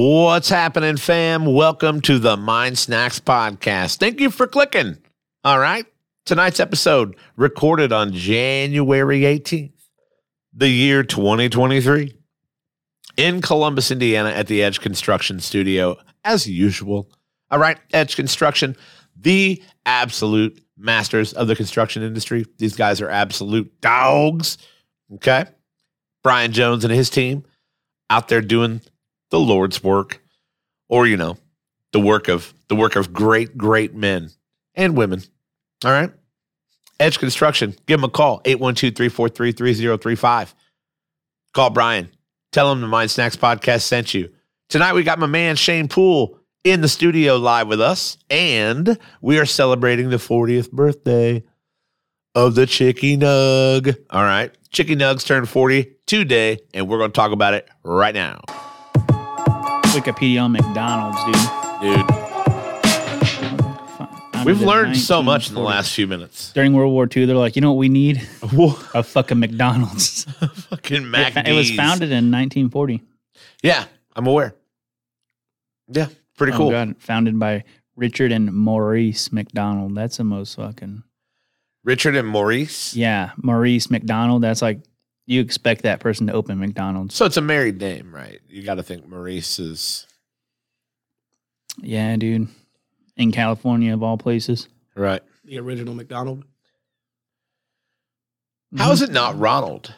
What's happening, fam? Welcome to the Mind Snacks Podcast. Thank you for clicking. All right. Tonight's episode, recorded on January 18th, the year 2023, in Columbus, Indiana, at the Edge Construction Studio, as usual. All right. Edge Construction, the absolute masters of the construction industry. These guys are absolute dogs. Okay. Brian Jones and his team out there doing the Lord's work, or you know, the work of the work of great, great men and women. All right. Edge Construction, give them a call, 812-343-3035. Call Brian. Tell him the Mind Snacks podcast sent you. Tonight we got my man Shane Poole in the studio live with us, and we are celebrating the 40th birthday of the Chicky Nug. All right. Chicky Nugs turned 40 today, and we're going to talk about it right now. Wikipedia on McDonald's, dude. Dude, Founded we've in learned so much in the 1940. last few minutes. During World War II, they're like, you know what we need? What? A fucking McDonald's. Fucking It Mac. fa- it was founded in 1940. Yeah, I'm aware. Yeah, pretty Oh, cool. God. Founded by Richard and Maurice McDonald. That's the most fucking. Richard and Maurice. Yeah, Maurice McDonald. That's like you expect that person to open McDonald's. So it's a married name, right? You got to think Maurice is Yeah, dude. In California, of all places. right. the original McDonald. How is it not Ronald?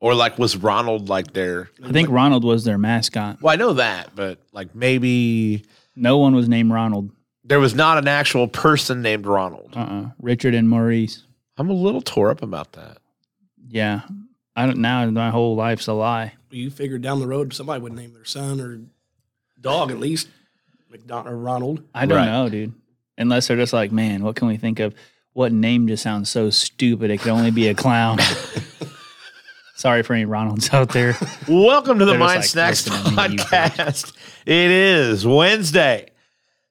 Or like, was Ronald like their? I think Ronald was their mascot. Well, I know that, but like maybe No one was named Ronald. there was not an actual person named Ronald. Uh uh Richard and Maurice. I'm a little tore up about that. Yeah. I don't now my whole life's a lie. you figured down the road somebody would name their son or dog at least McDonald or Ronald. I don't Right. know, dude. Unless they're just like, man, what can we think of? What name just sounds so stupid? It could only be a clown. Sorry for any Ronalds out there. Welcome to the They're just Mind like Snacks listening to you. podcast. It is Wednesday,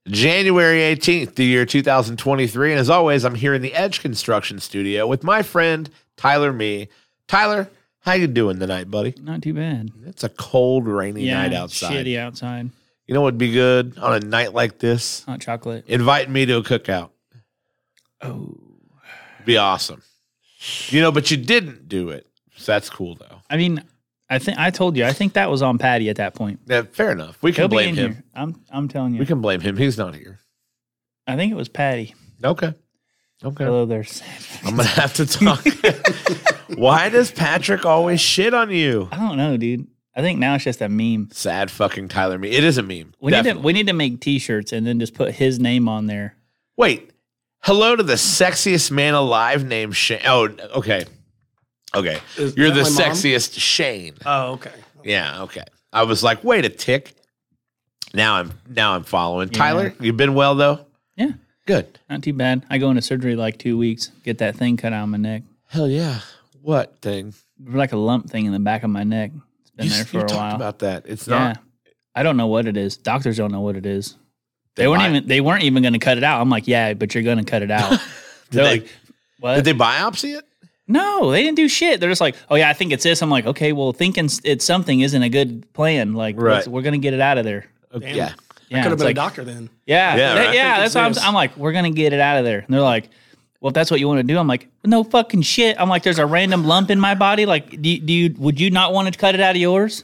January 18th, the year 2023. And as always, I'm here in the Edge Construction Studio with my friend Tyler Me. Tyler, how you doing tonight, buddy? Not too bad. It's a cold, rainy yeah, night it's outside. Shitty outside. You know what'd be good on a night like this? Hot chocolate. Invite me to a cookout. Oh. Be awesome. You know, but you didn't do it. So that's cool though. I mean, I think I told you. I think that was on Patty at that point. Yeah, fair enough. We can He'll be blame in him. here. I'm I'm telling you. We can blame him. He's not here. I think it was Patty. Okay. Okay. Hello there. I'm gonna have to talk. Why does Patrick always shit on you? I don't know, dude. I think now it's just a meme. Sad fucking Tyler me. It is a meme. We need definitely. to we need to make T-shirts and then just put his name on there. Wait. Hello to the sexiest man alive named Shane. Oh, okay. Okay. Is You're that the my mom? sexiest Shane. Oh, okay. Yeah, okay. I was like, wait a tick. Now I'm now I'm following. Tyler, you've been well though? Yeah. Good. Not too bad. I go into surgery like two weeks, get that thing cut out of my neck. Hell yeah. What thing? Like a lump thing in the back of my neck. It's been you there s- for you a talked while. about that. It's yeah. not I don't know what it is. Doctors don't know what it is. They, weren't bi- even they weren't even gonna cut it out. I'm like, yeah, but you're gonna cut it out. Did They're they, like, what? did they biopsy it? no, they didn't do shit. They're just like, oh yeah, I think it's this. I'm like, okay, well, thinking s- it's something isn't a good plan. Like, Right. let's- we're gonna get it out of there. Damn. Yeah. Yeah, Could have it's been like- a doctor then. Yeah, Yeah, yeah, that, right. yeah Think that's it's why I'm, this. I'm like, we're gonna get it out of there. And they're like, well, if that's what you want to do, I'm like, no fucking shit. I'm like, there's a random lump in my body. Like, do, do you would you not want to cut it out of yours?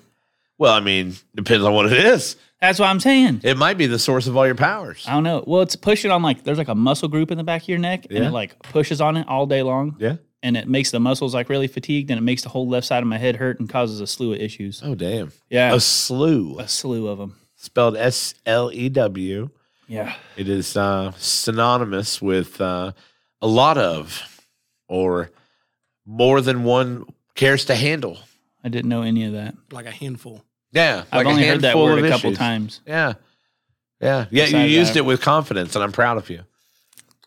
Well, I mean, depends on what it is. That's what I'm saying. It might be the source of all your powers. I don't know. Well, it's pushing on like there's like a muscle group in the back of your neck, and Yeah. it like pushes on it all day long, Yeah. and it makes the muscles like really fatigued, and it makes the whole left side of my head hurt and causes a slew of issues. Oh damn. Yeah, A slew, a slew of them. spelled S L E W. Yeah, It is uh, synonymous with uh, a lot of, or more than one cares to handle. I didn't know any of that. Like a handful. Yeah, I've like a only heard that handful word of a couple issues. times. Yeah, yeah, yeah. You Besides used that- it with confidence, and I'm proud of you.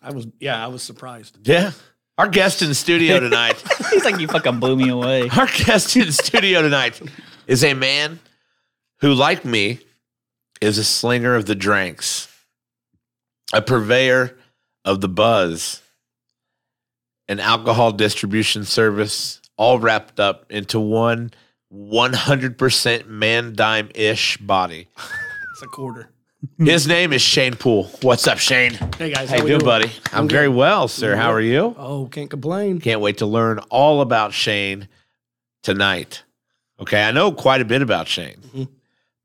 I was yeah, I was surprised. Yeah. Our guest in studio tonight. He's like, you fucking blew me away. Our guest in the studio tonight is a man who, like me, is a slinger of the drinks, a purveyor of the buzz, an alcohol distribution service, all wrapped up into one 100% man dime ish body. It's a quarter. His name is Shane Poole. What's up, Shane? Hey guys, How how you we doing, doing? buddy? I'm very well, sir. How are you? Oh, can't complain. Can't wait to learn all about Shane tonight. Okay, I know quite a bit about Shane, Mm-hmm. Mhm.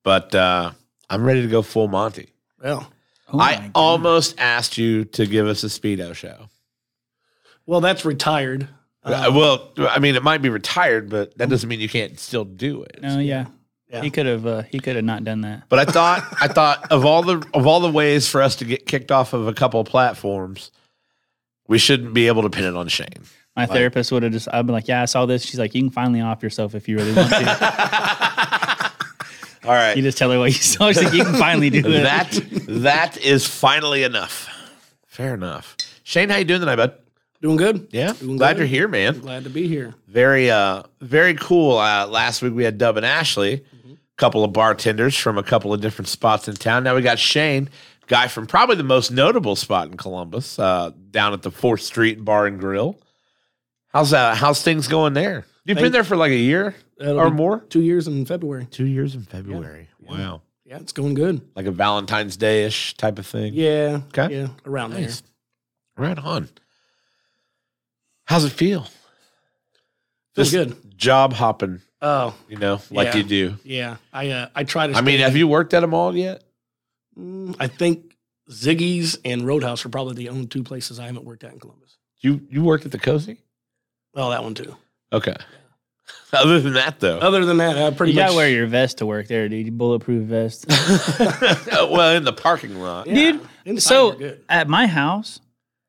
but uh, I'm ready to go full Monty. Well, Oh my I God. almost asked you to give us a speedo show. well, that's retired. Uh, Oh. Uh, well, I mean, it might be retired, but that doesn't mean you can't still do it. No, Oh, yeah. Yeah. He could have. Uh, he could have not done that. But I thought, I thought of all the of all the ways for us to get kicked off of a couple of platforms, we shouldn't be able to pin it on Shane. My therapist would have just. I'd be like, "Yeah, I saw this." She's like, "You can finally off yourself if you really want to." All right, you just tell her what you saw. She's like, "You can finally do it." that that is finally enough. Fair enough. Shane, how you doing tonight, bud? doing good. Yeah, doing glad good. you're here, man. Glad to be here. Very uh, very cool. Uh, last week we had Dub and Ashley, couple of bartenders from a couple of different spots in town. Now we got Shane, guy from probably the most notable spot in Columbus, uh, down at the Fourth Street Bar and Grill. How's uh, how's things going there? You've been Thank- there for like a year That'll or be more. Two years in February. Two years in February. Wow, Yeah, it's going good. like a Valentine's Day ish type of thing. Yeah. Okay. Yeah, around Nice. Right on. How's it feel? there. Just Feels good. Job hopping, Oh, you know, like Yeah. you do. yeah. I uh, I try to. I mean, stay- have you worked at a mall yet? Mm, I think Ziggy's and Roadhouse are probably the only two places I haven't worked at in Columbus. You you worked at the cozy? Oh, that one too. Okay. Other than that though. Other than that, I pretty You much gotta wear your vest to work there, dude. Your bulletproof vest. well, in the parking lot. Yeah, Dude, inside so- you're good. at my house,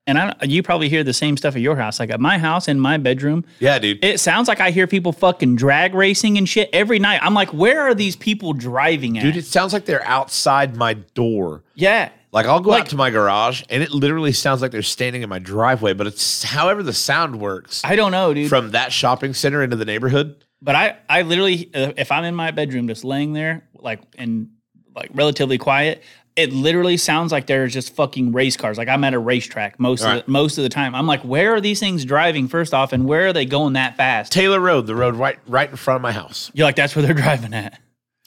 and I don't, you probably hear the same stuff at your house. Like at my house in my bedroom, Yeah, dude. it sounds like I hear people fucking drag racing and shit every night. I'm like, where are these people driving at? Dude, it sounds like they're outside my door. yeah. Like I'll go Like- out to my garage and it literally sounds like they're standing in my driveway, but it's however the sound works I don't know, dude. from that shopping center into the neighborhood. but I, I literally, uh, if I'm in my bedroom just laying there, like, and like relatively quiet, it literally sounds like there's just fucking race cars. Like I'm at a racetrack most All of right. the, most of the time. I'm like, where are these things driving first off, and where are they going that fast? Taylor Road, the road right right in front of my house. You're like, that's where they're driving at.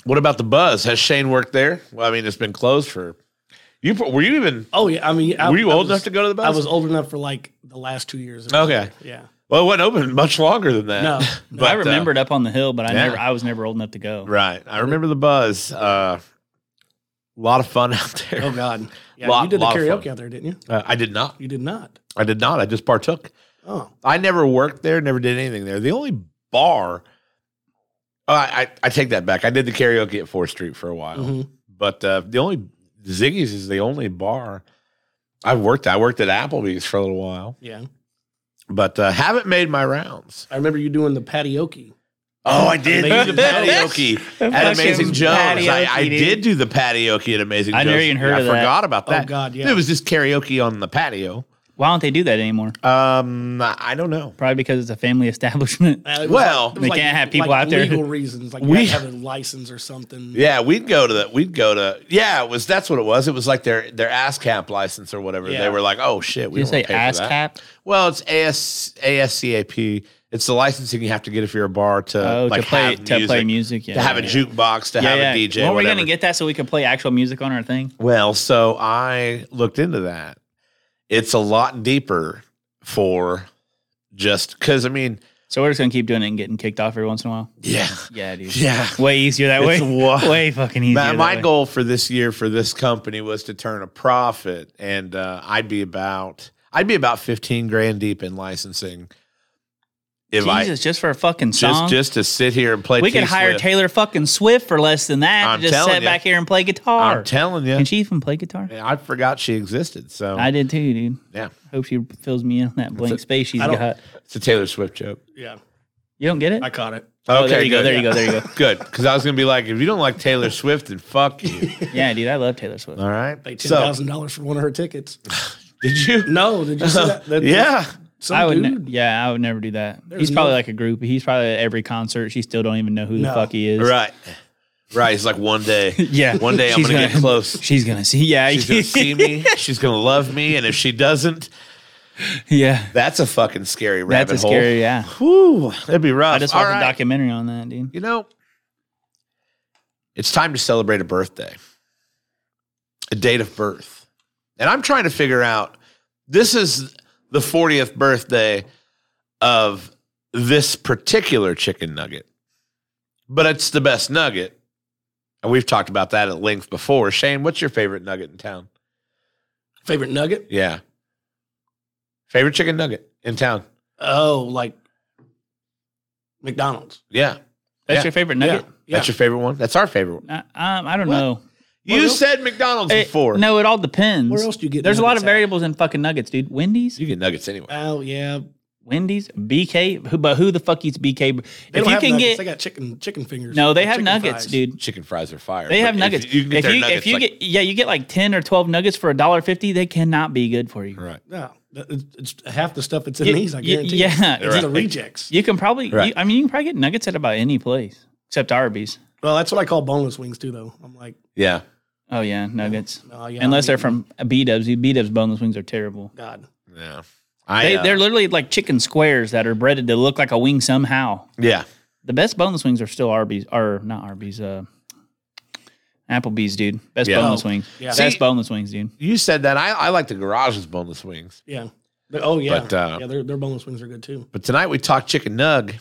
What about the Buzz? Has Shane worked there? Well, I mean, it's been closed for. You were you even Oh yeah, I mean, I, were you I old was- enough to go to the Buzz? I was old enough for like the last two years. of- Okay. Yeah. Well, it wasn't open much longer than that. No. but I uh, remembered up on the hill, but I yeah. never I was never old enough to go. right, I remember the Buzz. A lot of fun out there. Oh God. Yeah, Lot- you did the lot of fun. karaoke out there, didn't you? Uh, I did not. You did not. I did not. I just partook. Oh, I never worked there. Never did anything there. The only bar. Oh, I, I I take that back. I did the karaoke at Fourth Street for a while. Mhm. But uh, the only Ziggy's is the only bar I've worked. At. I worked at Applebee's for a little while, yeah. but uh, haven't made my rounds. I remember you doing the patioke. Oh, I did do Amazing the patioke at Fucking Amazing Jones. I, I patioke, dude. did do the patioke at Amazing I Jones. never even heard I of that. forgot about that. God, yeah. It was just karaoke on the patio. Why don't they do that anymore? Um, I don't know. Probably because it's a family establishment. Uh, it was Well, it was They can't have people out there. Legal reasons, like you We- have to have a license or something. Yeah, we'd go to the we'd go to yeah, it was that's what it was. It was like their their ASCAP license or whatever. Yeah. They were like, "Oh shit, we You don't say wanna pay for that. ASCAP? Well, it's AS, ASCAP. It's the licensing you have to get if you're a bar to Oh, like to play have to music, play music. Yeah, to have a yeah. jukebox, to have a DJ. Well, we're whatever. gonna get that so we can play actual music on our thing. Well, so I looked into that. It's a lot deeper for just because I mean, So we're just gonna keep doing it and getting kicked off every once in a while. yeah, Yeah, dude. yeah. Way easier that It's way. wa- Way fucking easier. My, that my way. goal for this year for this company was to turn a profit, and uh, I'd be about I'd be about fifteen grand deep in licensing. If I Jesus, just for a fucking song. just just to sit here and play, we could hire T-Swift. Taylor fucking Swift for less than that. I'm and just telling sit ya. back here and play guitar. I'm telling you, Can she even play guitar? I forgot she existed. So I did too, dude. yeah, Hope she fills me in on that blank space she's I don't- got. it's a Taylor Swift joke. yeah. You don't get it? I caught it. Oh, there you go. good. There you go. There you go. Good, because I was gonna be like, if you don't like Taylor Swift, then fuck you. Yeah, dude, I love Taylor Swift. All right. Pay ten so, thousand dollars for one of her tickets. did you? No, did you see that? That- Yeah. some I would, ne- dude. yeah, I would never do that. There's He's probably no- like a groupie. He's probably at every concert. She still don't even know who the No. fuck he is. Right. Right. It's like one day. Yeah. One day I'm She's gonna, get close. She's gonna see. Yeah. She's gonna see me. She's gonna love me, and if she doesn't, Yeah. That's a fucking scary rabbit That's a hole. scary, yeah. Whew, that'd be rough. I just All watched right. a documentary on that, dude. you know, it's time to celebrate a birthday, a date of birth. And I'm trying to figure out this is the 40th birthday of this particular chicken nugget, but it's the best nugget. And we've talked about that at length before. Shane, what's your favorite nugget in town? Favorite nugget? Yeah. Favorite chicken nugget in town? Oh, like McDonald's. Yeah. That's Yeah. your favorite nugget? Yeah. That's your favorite one? That's our favorite one. I, um, I don't What? know. You Well, said McDonald's It- before. no, it all depends. Where else do you get? There's a lot of nuggets at? variables in fucking nuggets, dude. Wendy's, You get nuggets anyway. Oh yeah, Wendy's, BK, who, but who the fuck eats BK? they if don't you have can nuggets. they get, got chicken chicken fingers. no, they or have chicken nuggets, fries. dude. chicken fries are fire. They but have if nuggets. You, you can get if their you, nuggets. if you like- get, yeah, you get like ten or twelve nuggets for a dollar fifty. They cannot be good for you. right. No, th- it's it's half the stuff that's in You- these. I you- guarantee. yeah. it's the Right. rejects. You can probably, you- Right. I mean, you can probably get nuggets at about any place except Arby's. Well, that's what I call boneless wings too, though. I'm like, Yeah. Oh yeah, nuggets. oh yeah, Unless I'm they're from B Dubs. B Dubs boneless wings are terrible. eating God. Yeah. I. They, uh, They're literally like chicken squares that are breaded to look like a wing somehow. yeah. The best boneless wings are still Arby's, or not Arby's, uh, Applebee's, dude. Best Yeah. boneless wings. Yeah. See- Best boneless wings, dude. You said that. I, I like the garage's boneless wings. Yeah. But- oh yeah. But, uh, yeah, their, their boneless wings are good too. But tonight we talked chicken nug.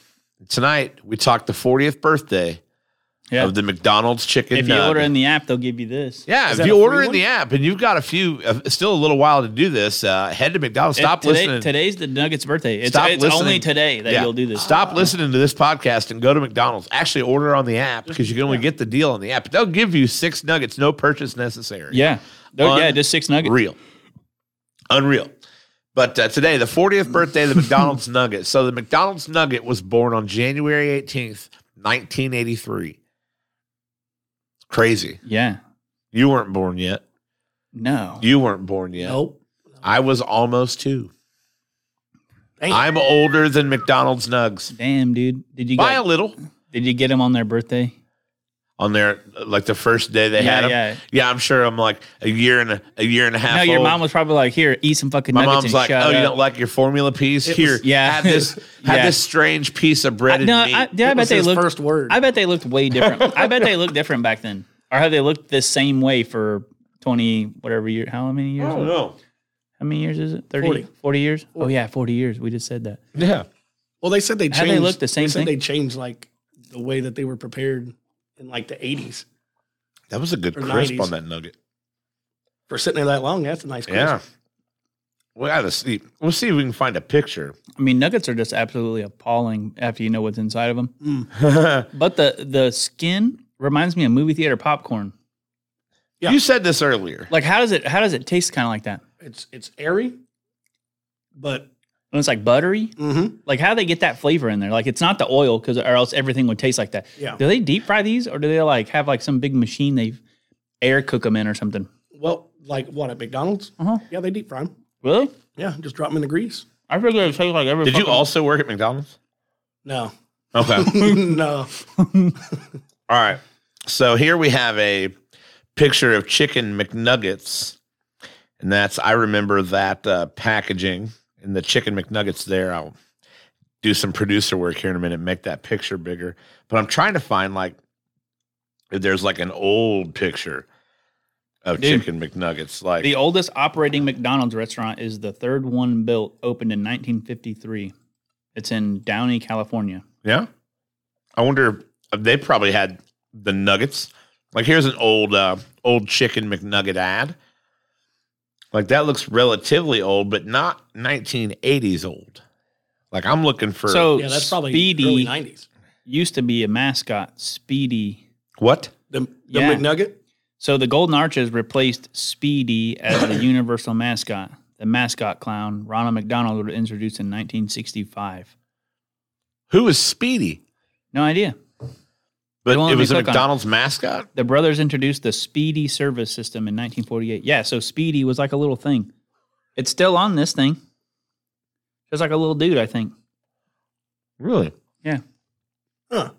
Tonight we talked the 40th birthday Yeah. of the McDonald's chicken If you nug. order in the app, they'll give you this. yeah, Is if that you a free order in one? the app and you've got a few, uh, still a little while to do this, uh, head to McDonald's. Stop It- today, listening. Today's the Nuggets' birthday. It's, Stop it's listening. only today that Yeah. you'll do this. Stop listening to this podcast and go to McDonald's. Actually, order on the app because you can only get the deal on the app. They'll give you six nuggets, no purchase necessary. Yeah. Un- Oh, yeah, just six nuggets. Real. Unreal. But uh, today, the 40th Mm. birthday of the McDonald's Nugget. So the McDonald's Nugget was born on January 18th, 1983. Crazy. Yeah. You weren't born yet. No. You weren't born yet. Nope. I was almost two. Damn. I'm older than McDonald's Nugs Damn, dude. Did you by a get, little did you get them on their birthday? on their like the first day they Yeah, had them. yeah. I'm sure I'm like a year and a, a year and a half. No, your old. mom was probably like, "Here, eat some fucking My nuggets." mom's and like, shut oh, you up." don't like your formula piece? It Here, was- Yeah. have this, have Yeah. this strange piece of I, bread. no, and meat. I, dude, I That bet was they his looked. first word. I bet they looked way different. I bet they looked different back then, or have they looked the same way for twenty whatever year? How many years? I don't know. How many years is it? 30, 40. 40. years? Oh yeah, forty years. We just said that. Yeah. well, they said they changed. Had they looked the same They said thing? they changed like the way that they were prepared in like the 80s. That was a good Or crisp 90s. on that nugget. For sitting there that long, that's a nice. Yeah. crisp. We gotta see. We'll see if we can find a picture. I mean, nuggets are just absolutely appalling after you know what's inside of them. Mm. But the the skin reminds me of movie theater popcorn. Yeah. You said this earlier. Like, how does it? How does it taste? Kind of like that. It's it's airy, but And it's like buttery. mhm. Like how they get that flavor in there? Like it's not the oil because or else everything would taste like that. Yeah. Do they deep fry these or do they like have like some big machine they air cook them in or something? well, like what at McDonald's? Uh-huh. Yeah, they deep fry 'em. Really? Yeah, just drop them in the grease. I figure it tastes like every. Did you fucking- also work at McDonald's? No, Okay. no. All right. So here we have a picture of chicken McNuggets. And that's, I remember that uh, packaging and the chicken McNuggets there. I'll do some producer work here in a minute, make that picture bigger. But I'm trying to find like, if there's like an old picture of Dude. chicken McNuggets. Like, The oldest operating McDonald's restaurant is the third one built, opened in 1953. It's in Downey, California. yeah. I wonder if they probably had the nuggets. Like, here's an old, uh, old chicken McNugget ad. Like that looks relatively old, but not 1980s old. Like I'm looking for So Yeah, that's probably Speedy early 90s. used to be a mascot, Speedy. what? The, the Yeah. McNugget. So the Golden Arches replaced Speedy as the universal mascot. The mascot clown, Ronald McDonald, was introduced in 1965. Who is Speedy? No idea. But Don't let it me was a click on it. McDonald's mascot. The brothers introduced the Speedy service system in 1948. Yeah, so Speedy was like a little thing. It's still on this thing. It's like a little dude, I think. Really? Yeah. Huh.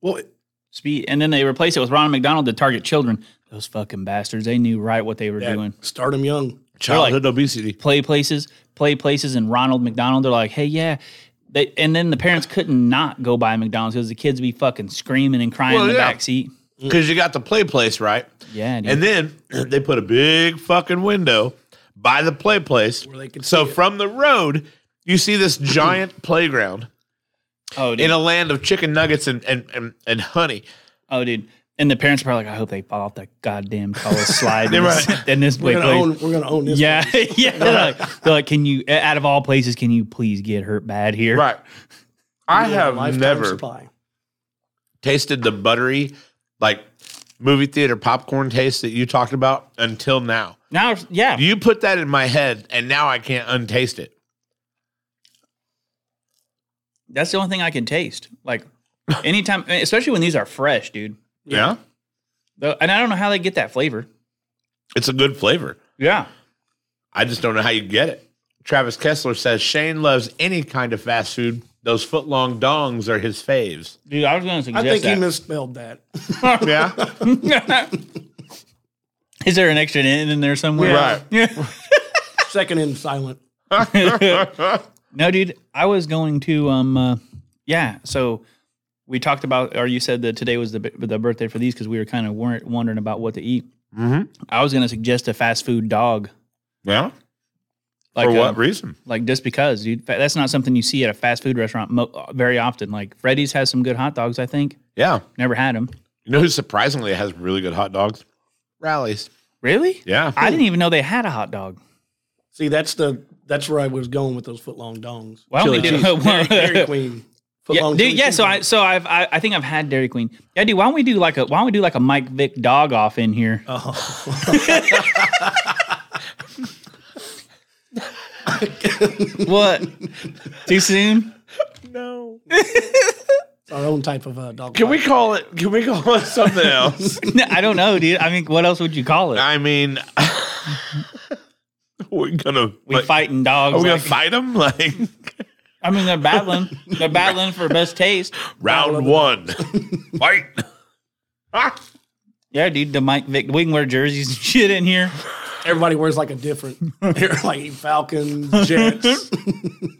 Well, it- Speed, and then they replaced it with Ronald McDonald to target children. Those fucking bastards. They knew right what they were yeah, doing. start 'em young. Childhood obesity. play places, play places, and Ronald McDonald. They're like, hey, yeah. They, and then the parents couldn't not go by McDonald's because the kids be fucking screaming and crying Well, in the yeah. back seat. Because you got the play place, right? Mm. Yeah, dude. And then they put a big fucking window by the play place. Where they can so see it. from the road, you see this giant playground oh, dude. in a land of chicken nuggets and, and, and, and honey. oh, dude. And the parents are probably like, I hope they fall off that goddamn tallest slide in They're this, right. in this We're play gonna place. own. We're gonna own this. yeah, yeah. They're like, they're like, can you, out of all places, can you please get hurt bad here? Right. I We a have lifetime never Supply. tasted the buttery, like movie theater popcorn taste that you talked about until now. Now, it's- yeah. You put that in my head, and now I can't untaste it. That's the only thing I can taste. Like, anytime, especially when these are fresh, dude. Yeah. Though- And I don't know how they get that flavor. It's a good flavor. Yeah. I just don't know how you get it. Travis Kessler says Shane loves any kind of fast food. Those foot long dongs are his faves. Dude, I was going to I suggest think that. he misspelled that. Yeah. Is there an extra in in there somewhere? Right. Yeah. Second in silent. no, dude, I was going to um uh, yeah, so we talked about or you said that today was the b- the birthday for these cuz we were kind of weren't wondering about what to eat. hmm I was going to suggest a fast food dog. Yeah. um, Like For uh, what reason? like just because, dude. Fa- That's not something you see at a fast food restaurant mo- uh, very often. Like Freddy's has some good hot dogs, I think. Yeah. Never had them. You know who surprisingly has really good hot dogs? Rallies. Really? Yeah. I didn't even know they had a hot dog. See, that's the that's where I was going with those footlong dongs. Why don't we Chili do Dairy, Dairy Queen. Yeah, footlong dude, chili yeah. So I, cheeseburger. so I've, I, I think I've had Dairy Queen. Yeah, dude. Why don't we do like a, why don't we do like a Mike Vick dog off in here? Uh-huh. what? Too soon? Oh, No. It's our own type of uh, dog. Can fight. we call it? Can we call it something else? No, I don't know, dude. I mean, what else would you call it? I mean, we're gonna We like, fighting dogs. Are we like- gonna fight them? Like I mean, they're battling. They're battling for best taste. round one, fight. Ah. Yeah, dude. The Mike Vick. We can wear jerseys and shit in here. Everybody wears like a different, they're like Falcons, Jets.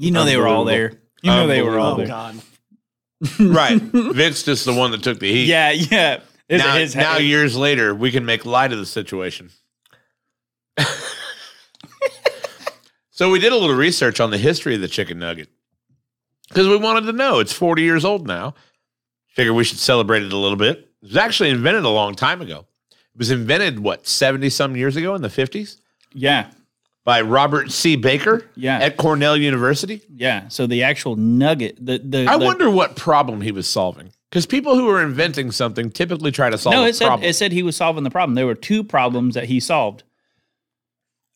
You know they were all there. Unbelievable. You know they were all oh there. God, right. Vince just the one that took the heat. Yeah, yeah. It's Now, his- now years later, we can make light of the situation. so we did a little research on the history of the chicken nugget because we wanted to know. It's 40 years old now. Figure we should celebrate it a little bit. It was actually invented a long time ago. It was invented what 70 some years ago in the 50s yeah, by Robert C. Baker Yeah. at Cornell University. yeah. So the actual nugget, the the I the- wonder what problem he was solving because people who are inventing something typically try to solve No, a it said problem. it said he was solving the problem. There were two problems that he solved.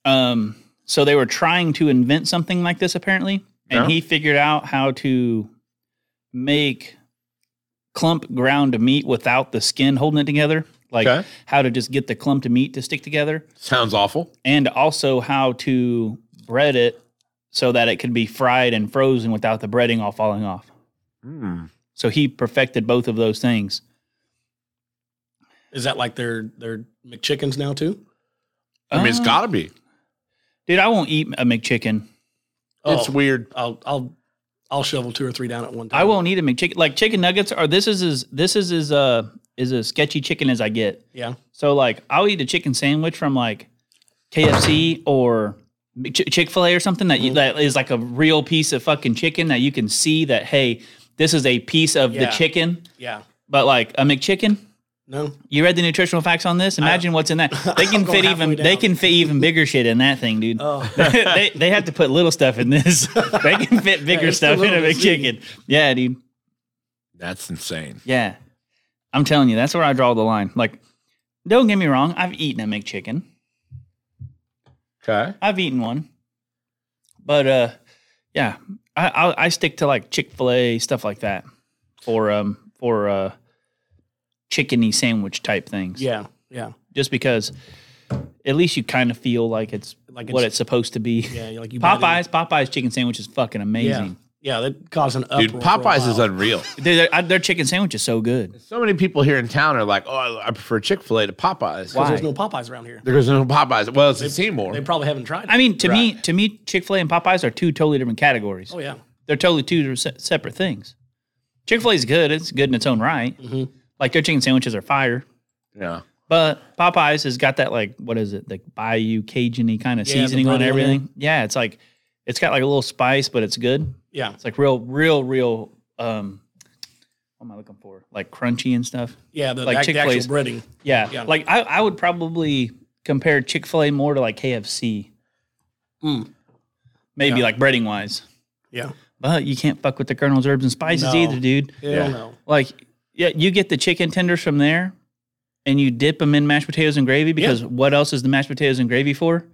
Um, so they were trying to invent something like this apparently, and Yeah. he figured out how to make clump ground meat without the skin holding it together, like Okay. how to just get the clump of meat to stick together, Sounds awful. and also how to bread it so that it could be fried and frozen without the breading all falling off. Hmm. So he perfected both of those things. is that like their their McChickens now too? I mean, it's Uh, got to be. Dude, I won't eat a McChicken. It's weird. Oh, I'll I'll I'll shovel two or three down at one time. I won't eat a McChicken. Like chicken nuggets are this is as this is as uh is as sketchy chicken as I get. Yeah, So like I'll eat a chicken sandwich from like KFC or Chick Fil A or something that you, Mm-hmm. that is like a real piece of fucking chicken that you can see that hey this is a piece of the Yeah. chicken. yeah. But like a McChicken, No, you read the nutritional facts on this. Imagine what's in that. They can go fit halfway even they down. Uh. can fit even bigger shit in that thing, dude. Oh. they, they have to put little stuff in this. they can fit bigger it's the stuff in a little bits, dude. McChicken. Yeah, dude. That's insane. Yeah. I'm telling you, that's where I draw the line. Like, don't get me wrong, I've eaten a McChicken. Okay. I've eaten one. But uh yeah, I I, I stick to like Chick-fil-A stuff like that for um for uh chickeny sandwich type things. yeah, yeah. Just because at least you kind of feel like it's Like what it's- it's supposed to be. Yeah, like you bite in- Popeyes, Popeyes chicken sandwich is fucking amazing. Yeah, that caused an uproar. Dude, Popeyes for a is while. unreal. Their, their- their chicken sandwich is so good. So many people here in town are like, oh, I- I prefer Chick fil A to Popeyes. Why? There's no Popeyes around here. There goes no Popeyes. Well, it's in Seymour. They probably haven't tried. It. I mean, to me, to me, Chick Fil A and Popeyes are two totally different categories. oh yeah, They're totally two se- separate things. Chick Fil A is good; it's good in its own right. Mm-hmm. Like their chicken sandwiches are fire, yeah. but Popeyes has got that like what is it, like Bayou Cajuny kind of Yeah, the seasoning on bread in everything. Yeah, it's like it's got like a little spice, but it's good. yeah, It's like real, real, real. um What am I looking for? Like crunchy and stuff. yeah. The, Like like the actual Chick-fil-A's. breading. Yeah. Yeah. Like I, I would probably compare Chick fil A more to like KFC. Mm. Maybe Yeah. like breading wise. Yeah, But you can't fuck with the Colonel's herbs and spices No. either, dude. Hell Yeah. no. Like, yeah, you get the chicken tenders from there and you dip them in mashed potatoes and gravy because what else is the mashed potatoes and gravy for?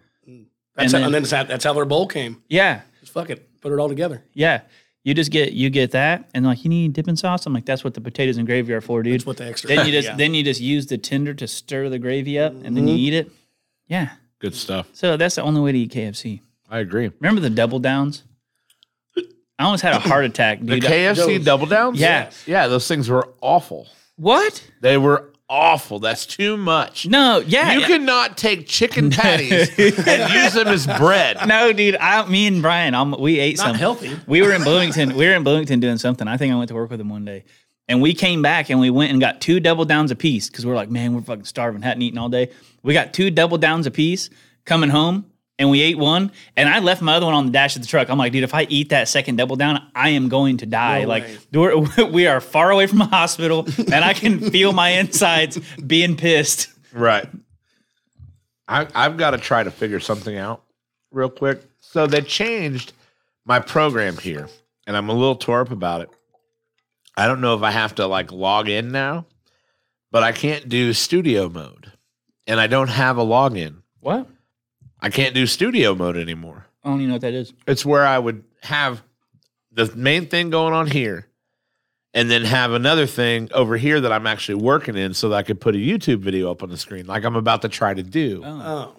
And That's how, then- and then it's how, that's how their bowl came. Yeah. Just fuck it, put it all together. Yeah. You just get you get that and like you need dipping sauce. I'm like, that's what the potatoes and gravy are for, dude. That's what the extra. Then you just yeah. then you just use the tender to stir the gravy up and then you eat it. Yeah. Good stuff. So that's the only way to eat KFC. I agree. Remember the double downs? I almost had a heart attack, The dude. KFC those- double downs? Yeah. Yeah, those things were awful. what? They were awful. That's too much. No, yeah. you cannot take chicken patties and use them as bread. No, dude. I, me and Brian, um, we ate not some. healthy. We were in Bloomington. we were in Bloomington doing something. I think I went to work with him one day, and we came back and we went and got two double downs apiece because we are like, man, we're fucking starving, hadn't eaten all day. We got two double downs apiece coming home. And we ate one, and I left my other one on the dash of the truck. I'm like, dude, if I eat that second double down, I am going to die. No like, way. we're, we are far away from a hospital, and I can feel my insides being pissed. Right. I, I've got to try to figure something out real quick. So they changed my program here, and I'm a little tore up about it. I don't know if I have to like log in now, but I can't do studio mode, and I don't have a login. What? I can't do studio mode anymore. I don't even know what that is. It's where I would have the main thing going on here and then have another thing over here that I'm actually working in so that I could put a YouTube video up on the screen like I'm about to try to do. Oh. Oh,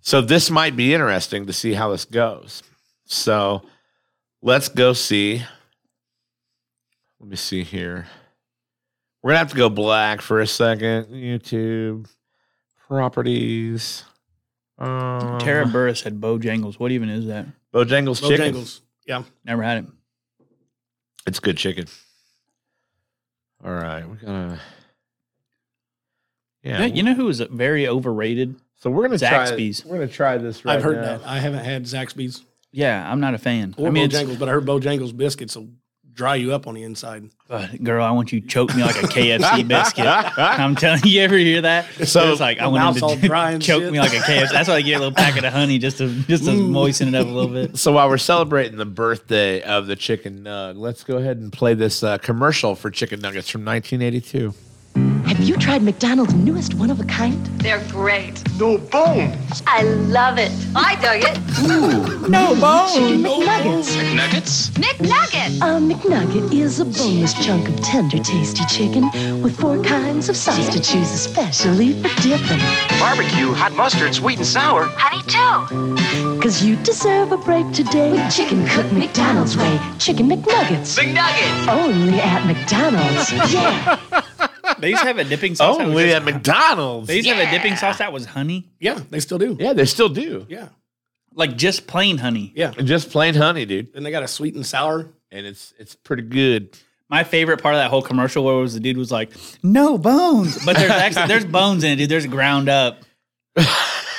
So this might be interesting to see how this goes. So let's go see. Let me see here. We're gonna have to go black for a second. YouTube properties. Um, Tara Burris had Bojangles. What even is that? Bojangles chicken. Bojangles. Yeah, Never had it. It's good chicken. All right, we're gonna. Yeah. You know- You know who is very overrated? so we're gonna Zaxby's. try. We're gonna try this. Right I've heard now. that. I haven't had Zaxby's Yeah, I'm not a fan. or I mean, it's, Bojangles, but I heard Bojangles biscuits will dry you up on the inside. Ugh, uh, girl, I want you to choke me like a KFC biscuit. I'm telling you, you ever hear that? So- it's like I My want mouth's all him to dry dry and choke shit. Mm. me like a KFC. That's why I get a little packet of honey just to just to moisten it up a little bit. So while we're celebrating the birthday of the chicken nug, let's go ahead and play this uh, commercial for chicken nuggets from 1982. Have you tried McDonald's newest one of a kind? They're great. No bones. I love it. I dug it. Chicken McNuggets. Nick Nugget. A McNugget is a boneless chunk of tender, tasty chicken with four kinds of sauce to choose especially for dipping. Barbecue, hot mustard, sweet and sour. Honey, too. Cause you deserve a break today. With chicken cooked McDonald's way. Chicken McNuggets. McNugget. Only at McDonald's. Yeah. They used to have a dipping Oh, sauce. that was Only just- Oh, at McDonald's. they used to have a dipping sauce that was honey, Yeah, they still do. Yeah, they still do. Yeah, like just plain honey. yeah. And just plain honey, dude. Then they got a sweet and sour. And it's it's pretty good. My favorite part of that whole commercial where was the dude was like, "No bones," but there's actually there's bones in it, dude. There's ground up.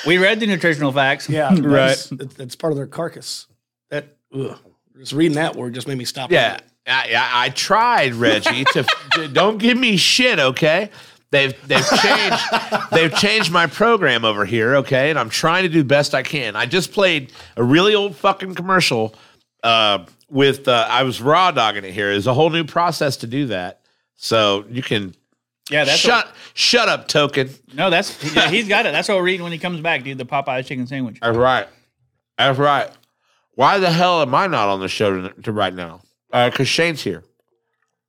we read the nutritional facts. Yeah, Right. that's- That's, that's part of their carcass. That ugh. just reading that word just made me stop. Yeah, I, I, I tried Reggie to to- don't give me shit. Okay, they've they've changed they've changed my program over here. Okay, and I'm trying to do best I can. I just played a really old fucking commercial. Uh, with uh, I was raw dogging it here. There's a whole new process to do that. So you can yeah. That's shut shut up, token. what- no, that's yeah, he's got it. That's what we're eating when he comes back, dude. The Popeye chicken sandwich. That's right. That's right. Why the hell am I not on the show to, to right now? Because Shane's here.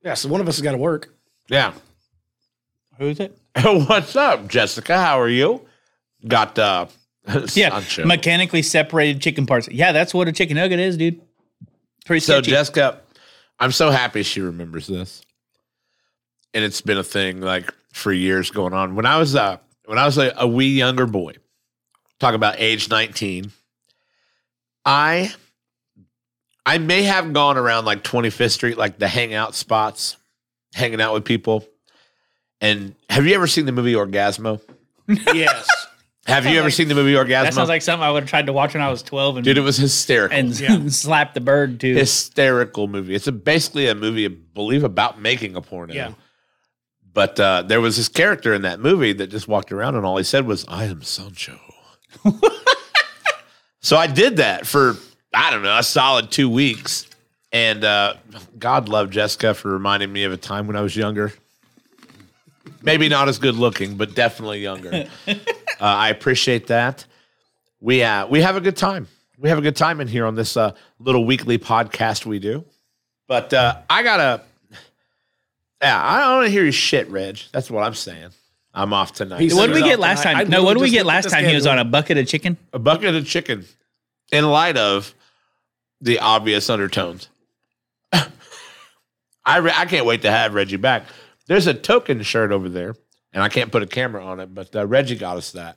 Yeah, so one of us has got to work. Yeah. Who's it? What's up, Jessica? How are you? Got uh, Yeah, Sancho. mechanically separated chicken parts. Yeah, that's what a chicken nugget is, dude. Pretty So sketchy. Jessica, I'm so happy she remembers this, and it's been a thing like for years going on. When I was uh, when I was a, a wee younger boy, talk about age 19, I I may have gone around like 25th Street, like the hangout spots, hanging out with people. And have you ever seen the movie Orgasmo? yes. Have you ever like- seen the movie Orgasmo? that sounds like something I would have tried to watch when I was twelve and Dude, it was hysterical. and Yeah. slap the bird too. hysterical movie. It's a, basically a movie, I believe, about making a porno. Yeah. But uh, there was this character in that movie that just walked around and all he said was, I am Sancho. so I did that for, I don't know, a solid two weeks. And uh, God love Jessica for reminding me of a time when I was younger. Maybe not as good looking, but definitely younger. uh, I appreciate that we uh, we have a good time. We have a good time in here on this uh, little weekly podcast we do. But uh, I gotta, yeah, I don't want to hear your shit, Reg. That's what I'm saying. I'm off tonight. He What said- did we get last time? I- I no, what did we just get looked at last the time? He was on schedule. a bucket of chicken. a bucket of chicken, in light of the obvious undertones. I re- I can't wait to have Reggie back. There's a token shirt over there, and I can't put a camera on it, but uh, Reggie got us that.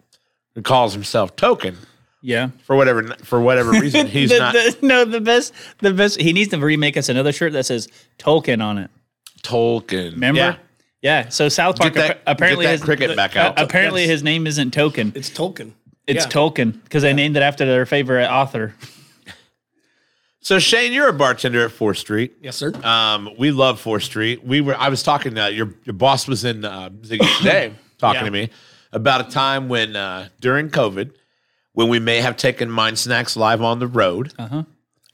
He calls himself Token Yeah. for whatever for whatever reason. He's the, not the- no, the best, the best. He needs to remake us another shirt that says Tolkien on it. Tolkien. Remember? Yeah. Yeah, So South Park that- appa- apparently get that his, cricket back out. apparently Yes. his name isn't Token. It's Tolkien. It's Yeah. Tolkien because they named it after their favorite author. So Shane, you're a bartender at Fourth Street. Yes, sir. Um, we love Fourth Street. We were. I was talking. To, your your boss was in uh, Ziggy today talking to me about a time when uh, during COVID, when we may have taken Mind Snacks live on the road, Uh-huh.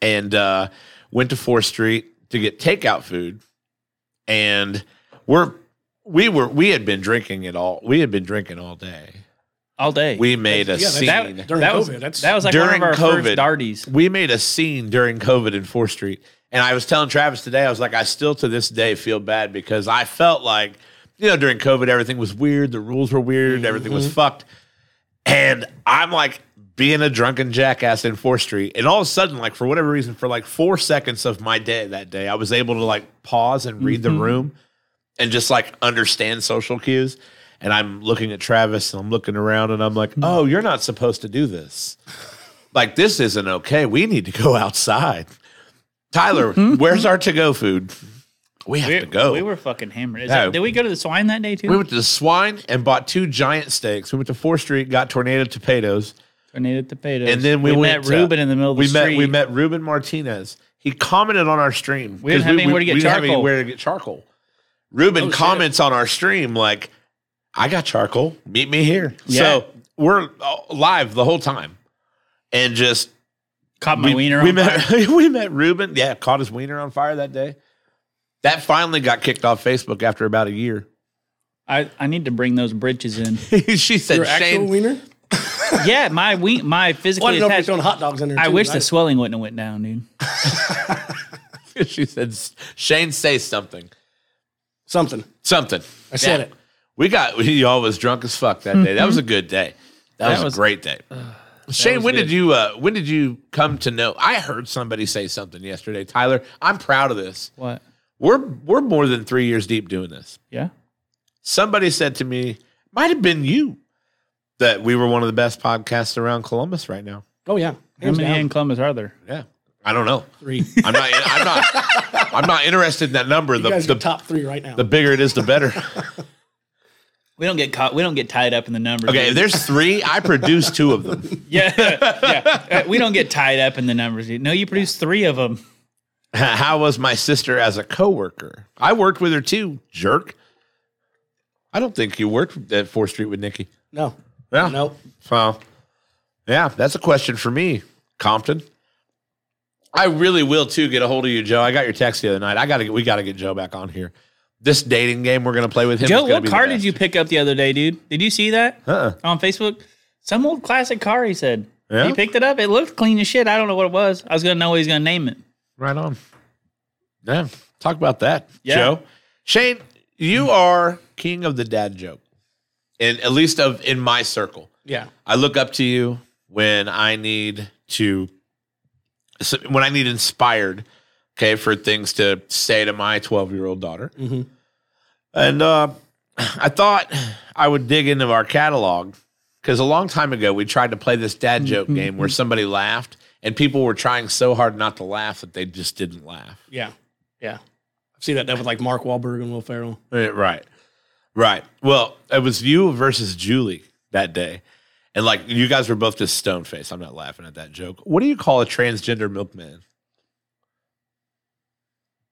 and uh, went to Fourth Street to get takeout food, and we're we were we had been drinking it all. We had been drinking all day. All day. We made a Yeah, that's- scene. that, During that was COVID, that's- that was like during one of our COVID, first darties. we made a scene during COVID in Fourth Street, and I was telling Travis today, I was like, I still to this day feel bad because I felt like, you know, during COVID everything was weird, the rules were weird, Mm-hmm. everything was fucked, and I'm like being a drunken jackass in Fourth Street, and all of a sudden, like for whatever reason, for like four seconds of my day that day, I was able to like pause and read Mm-hmm. the room, and just like understand social cues. And I'm looking at Travis and I'm looking around and I'm like, Hmm. oh, you're not supposed to do this like this isn't okay. We need to go outside. Tyler, where's our to-go food? We have We, to go. we were fucking hammered. Is No. that- did we go to the swine that day too? We went to the swine and bought two giant steaks. We went to Fourth Street, got tornado potatoes, Tornado potatoes. and then we, went met to- Ruben in the middle of the we street. Met, we met Ruben Martinez. He commented on our stream. We didn't 'cause have anywhere to get we didn't have charcoal. anywhere to get charcoal. Ruben Oh, shit. comments on our stream like, "I got charcoal. Meet me here." So we're uh, live the whole time, and just Caught my we, wiener. we on met fire. we met Ruben. Yeah, caught his wiener on fire that day. That finally got kicked off Facebook after about a year. I, I need to bring those britches in. she said, Your actual "Shane, wiener? yeah, my we, my I physically don't know if you're attached. throwing hot dogs in there. I too, wish but the swelling wouldn't have went down, dude. she said, Shane, say something, Something. something." I said Yeah. it. We got y'all was drunk as fuck that day. That was a good day. That, was, was- a great day. Shane, was when good. did you uh, when did you come to know? I heard somebody say something yesterday. Tyler, I'm proud of this. What? We're we're more than three years deep doing this. Yeah. somebody said to me, might have been you, that we were one of the best podcasts around Columbus right now. Oh, yeah. How Hands many down. in Columbus are there? Yeah. I don't know. Three. I'm not I'm not I'm not interested in that number. You The guys are the, top three right now. the bigger it is the better. We don't get caught. We don't get tied up in the numbers. Okay, if dude. there's three, I produce two of them. yeah, yeah. Uh, We don't get tied up in the numbers. Dude. No, you produced three of them. How was my sister as a coworker? I worked with her too, jerk. I don't think you worked at 4th Street with Nikki. no. Yeah. No. Well, yeah, that's a question for me, Compton. I really will too get a hold of you, Joe. I got your text the other night. I gotta get, we gotta get Joe back on here. This dating game we're gonna play with him. Joe, what car did you pick up the other day, dude? Did you see that Uh-uh. on Facebook? Some old classic car. He said Yeah? he picked it up. It looked clean as shit. I don't know what it was. I was gonna know what he's gonna name it. Right on. Yeah, talk about that, Yeah. Joe. Shane, you are king of the dad joke, and at least of in my circle. Yeah. I look up to you when I need to, so- when I need inspired okay, for things to say to my 12 year old daughter. And uh, I thought I would dig into our catalog because a long time ago we tried to play this dad joke game where somebody laughed and people were trying so hard not to laugh that they just didn't laugh. Yeah. Yeah. I've seen that done with like Mark Wahlberg and Will Ferrell. Eh, Right. Right. Well, it was you versus Julie that day. And like you guys were both just stone faced. I'm not laughing at that joke. What do you call a transgender milkman?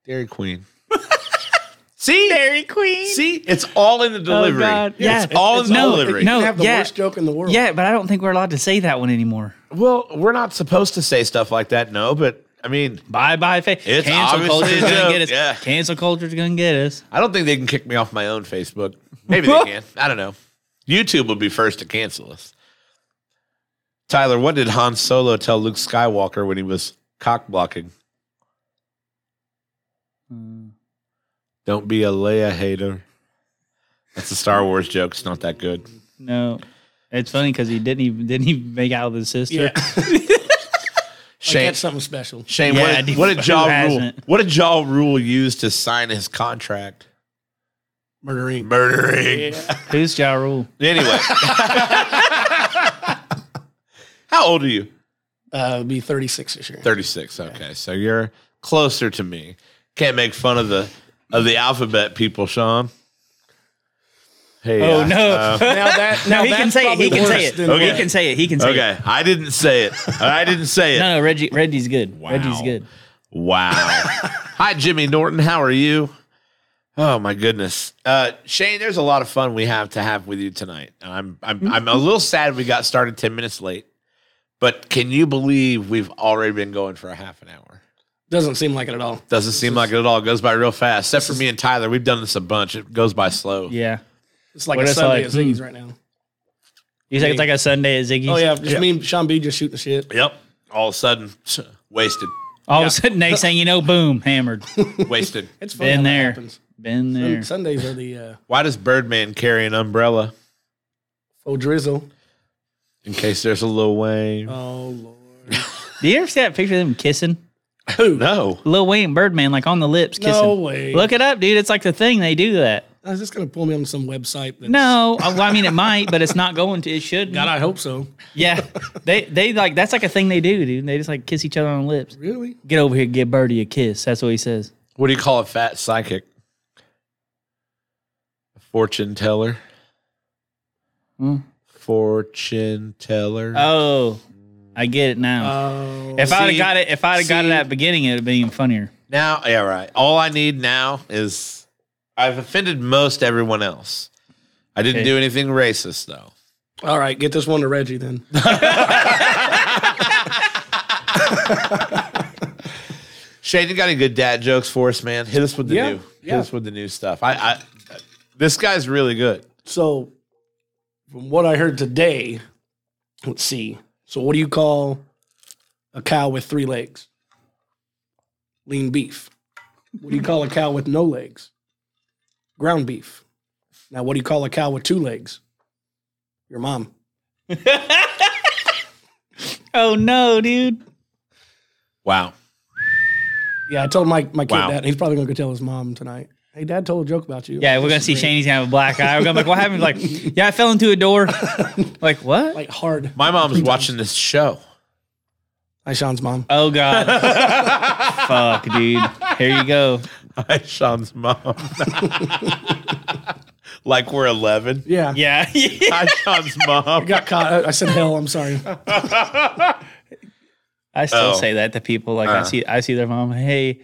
Dairy Queen. See? Dairy Queen. See? It's all in the delivery. Oh, God. Yeah. It's all in the No, delivery. no. You have the yeah. worst joke in the world. Yeah, but I don't think we're allowed to say that one anymore. Well, we're not supposed to say stuff like that, no, but I mean, Bye bye face. It's Cancel obviously culture's a gonna joke, get us. yeah. Cancel culture's gonna get us. I don't think they can kick me off my own Facebook. Maybe they can. I don't know. YouTube would be first to cancel us. Tyler, what did Han Solo tell Luke Skywalker when he was cock blocking? Hmm. Don't be a Leia hater. That's a Star Wars joke. It's not that good. No. It's funny because he didn't even didn't even make out with his sister. Yeah. Like, Shane, that's something special. Shane, Yeah, what, did, dude, what did who Jaw Rule? hasn't? What did Jaw Rule use to sign his contract? Murdering. Murdering. Who's Ja Rule? Anyway, how old are you? Uh, it'll be 36 this year. 36 okay so you're closer to me can't make fun of the of the alphabet people sean hey Oh uh, no. uh, Now that now no, he that's can say it. He probably can say worse it. than He what- can say it. He can say it. okay i didn't say it i didn't say it No, no, Reggie Reggie's good. Wow. Reggie's good. wow hi jimmy norton how are you oh my goodness uh shane there's a lot of fun we have to have with you tonight i'm i'm, I'm a little sad we got started 10 minutes late but can you believe we've already been going for a half an hour Doesn't seem like it at all. Doesn't seem like it at all. It goes by real fast. Except for me and Tyler, we've done this a bunch. It goes by slow. Yeah. It's like What a it's Sunday like, at Ziggy's right now. You think it's like a Sunday at Ziggy's? Oh yeah, just Yeah. me and Sean B just shooting the shit. Yep. All of a sudden, wasted, All of a sudden, next thing you know, boom, hammered. wasted. It's funny Been how that there. happens. Been there. Sundays are the uh, Why does Birdman carry an umbrella full Oh, drizzle. in case there's a little Wayne? Uh, Oh lord. Do you ever see that picture of them kissing? Who? no. Lil Wayne and Birdman, like on the lips No kissing. way. Look it up, dude. It's like the thing they do that. I was just gonna pull me on some website. That's, No, I- well, I mean it might, but it's not going to. It should. God, I hope so. Yeah, they they like that's like a thing they do, dude. They just like kiss each other on the lips. Really? Get over here, give Birdie a kiss. That's what he says. What do you call a fat psychic? A fortune teller. Hmm. Fortune teller. Oh, I get it now. Oh, if I'd see, have got it, if I'd have got it see. at the beginning, it'd have been even funnier. Now, yeah, right. All I need now is I've offended most everyone else. I didn't Okay. do anything racist though. all right. Get this one to Reggie then. Shane, you got any good dad jokes for us, man? Hit us with the Yeah, new, hit yeah. us with the new stuff. I, I, this guy's really good. So, from what I heard today, let's see. So, what do you call a cow with three legs? Lean beef. What do you call a cow with no legs? Ground beef. Now, what do you call a cow with two legs? Your mom. Oh no, dude. Wow. Yeah, I told my, my kid Wow. that, and he's probably going to go tell his mom tonight. Hey, dad told a joke about you. Yeah, we're gonna see Shane. He's gonna have a black eye. We're gonna be like, what happened? Like, yeah, I fell into a door. like what? Like, hard. My mom's watching this show. Hi, Sean's mom. oh god. Fuck, dude. Here you go. Hi, Sean's mom. like we're eleven. Yeah. Yeah. Hi, Sean's mom. Got caught. I, I said hell. I'm sorry. I still Oh. say that to people. Like I see, I see their mom. Hey,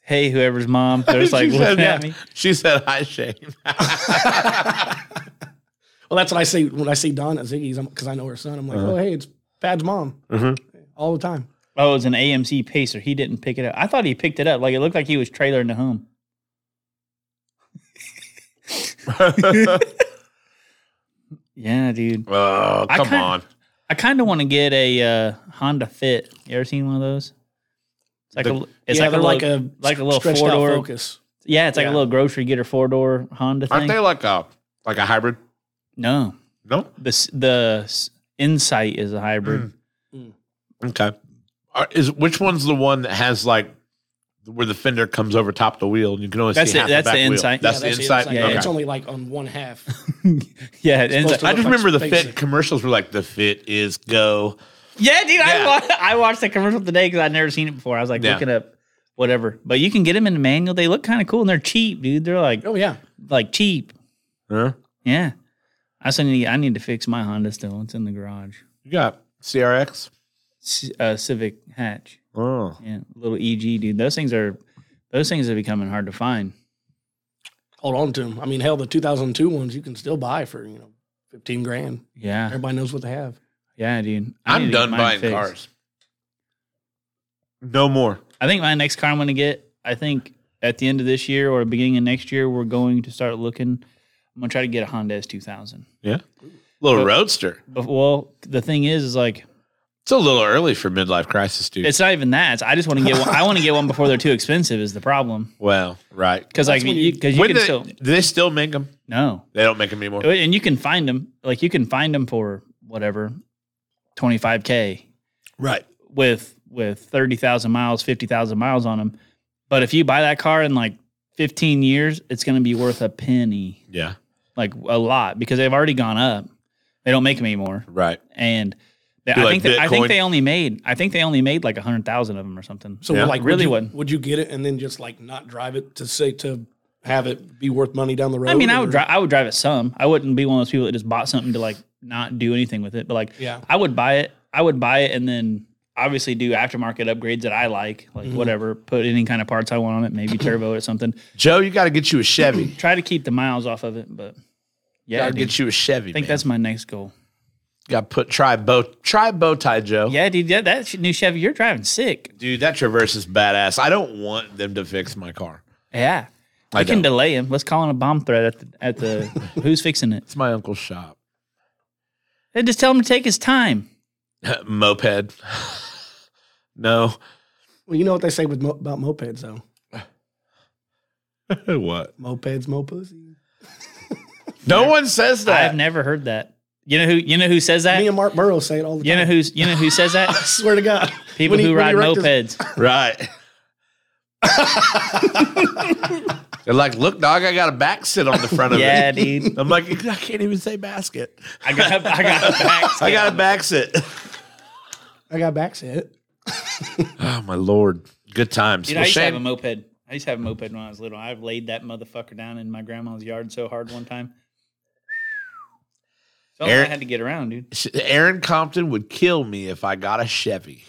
hey, whoever's mom. They're just she, like looking said, at yeah. me. she said, "Hi, Shane." Well, that's what I say when I see Don at Ziggy's because I know her son. I'm like, Uh-huh. oh, hey, it's Pad's mom Mm-hmm. all the time. Oh, it was an AMC pacer. He didn't pick it up. I thought he picked it up. Like it looked like he was trailering to home. yeah, dude. Oh, I come kinda- on. I kind of want to get a uh, Honda Fit. You ever seen one of those? It's like a, it's yeah, like a, they're like little- a like a little stretched four out door. focus. Yeah, it's like Yeah. a little grocery getter four door Honda Aren't thing. they like a like a hybrid? no, No. the s- the s- Insight is a Hmm. hybrid. Okay. Are- Is which one's the one that has like where the fender comes over top of the wheel, and you can only That's see it. half the That's back the wheel. insight. That's, Yeah, the inside. Yeah, Okay. It's only like on one half. yeah, it ends supposed I up- just remember the Basic. fit commercials were like the fit is go. yeah, dude. I, Yeah. watched, I watched the commercial today because I'd never seen it before. I was like Yeah. looking up whatever, but you can get them in the manual. They look kind of cool and they're cheap, dude. They're like Oh yeah. like cheap. Huh? Yeah, I still need I need to fix my Honda still. It's in the garage. You got CRX. C- uh, Civic hatch. Oh, Yeah, little EG, dude. Those things are those things are becoming hard to find. Hold on to them. I mean, hell, the 2002 ones you can still buy for you know 15 grand. Yeah, Everybody knows what they have. yeah, dude. I need I'm to get done mine buying fixed. cars. No more. I think my next car I'm going to get, I think at the end of this year or beginning of next year, we're going to start looking. I'm going to try to get a Honda S2000. Yeah, little But- roadster. But, well, the thing is, is like, It's a little early for midlife crisis, dude. it's not even that. It's, I just want to get one. I want to get one before they're too expensive is the problem. well, right. Cause like, when you- you, cause you When can they, still, do they still make them? no. They don't make them anymore. And you can find them, like you can find them for whatever, 25K Right. with, with 30,000 miles, 50,000 miles on them. But if you buy that car in like 15 years, it's going to be worth a penny. Yeah. like a lot because they've already gone up. They don't make them anymore, Right. and they, Do I like think that, I Bitcoin? think they only made I think they only made like a hundred thousand of them or something. So Yeah. like, Really would you, wouldn't. would you get it and then just like not drive it to say to have it be worth money down the road? I mean, I would or- drive I would drive it some. I wouldn't be one of those people that just bought something to like not do anything with it, but like Yeah. I would buy it. I would buy it and then obviously do aftermarket upgrades that I like, like Mm-hmm. whatever, put any kind of parts I want on it, maybe turbo or something. Joe, you got to get you a Chevy. Try to keep the miles off of it, but yeah, got to dude, get you a Chevy. I think that's my next goal. got to put try bow try bow tie, Joe. Yeah, dude, yeah, that new Chevy you're driving sick. Dude, that Traverse is badass. I don't want them to fix my car. Yeah. I I can don't. delay him. Let's call in a bomb threat at the, at the who's fixing it. It's my uncle's shop. And just tell him to take his time. Moped. no. Well, you know what they say with mo- about mopeds though. what? Mopeds, mo pussy. No one says that. I've never heard that. You know who you know who says that? Me and Mark Burrow say it all the You time. know who's you know who says that? I swear to God. People When he- who ride when he wrecked his- mopeds. right. They're like, look, dog, I got a back sit on the front of yeah, it. dude. I'm like, I can't even say basket. I got I got a back. I got a back sit. I got back set. Oh my lord, good times. Dude, Well, I used to Shane- have a moped. I used to have a moped when I was little. I've laid that motherfucker down in my grandma's yard so hard one time. Felt like I Eric- had to get around, dude. Sh- Aaron Compton would kill me if I got a Chevy.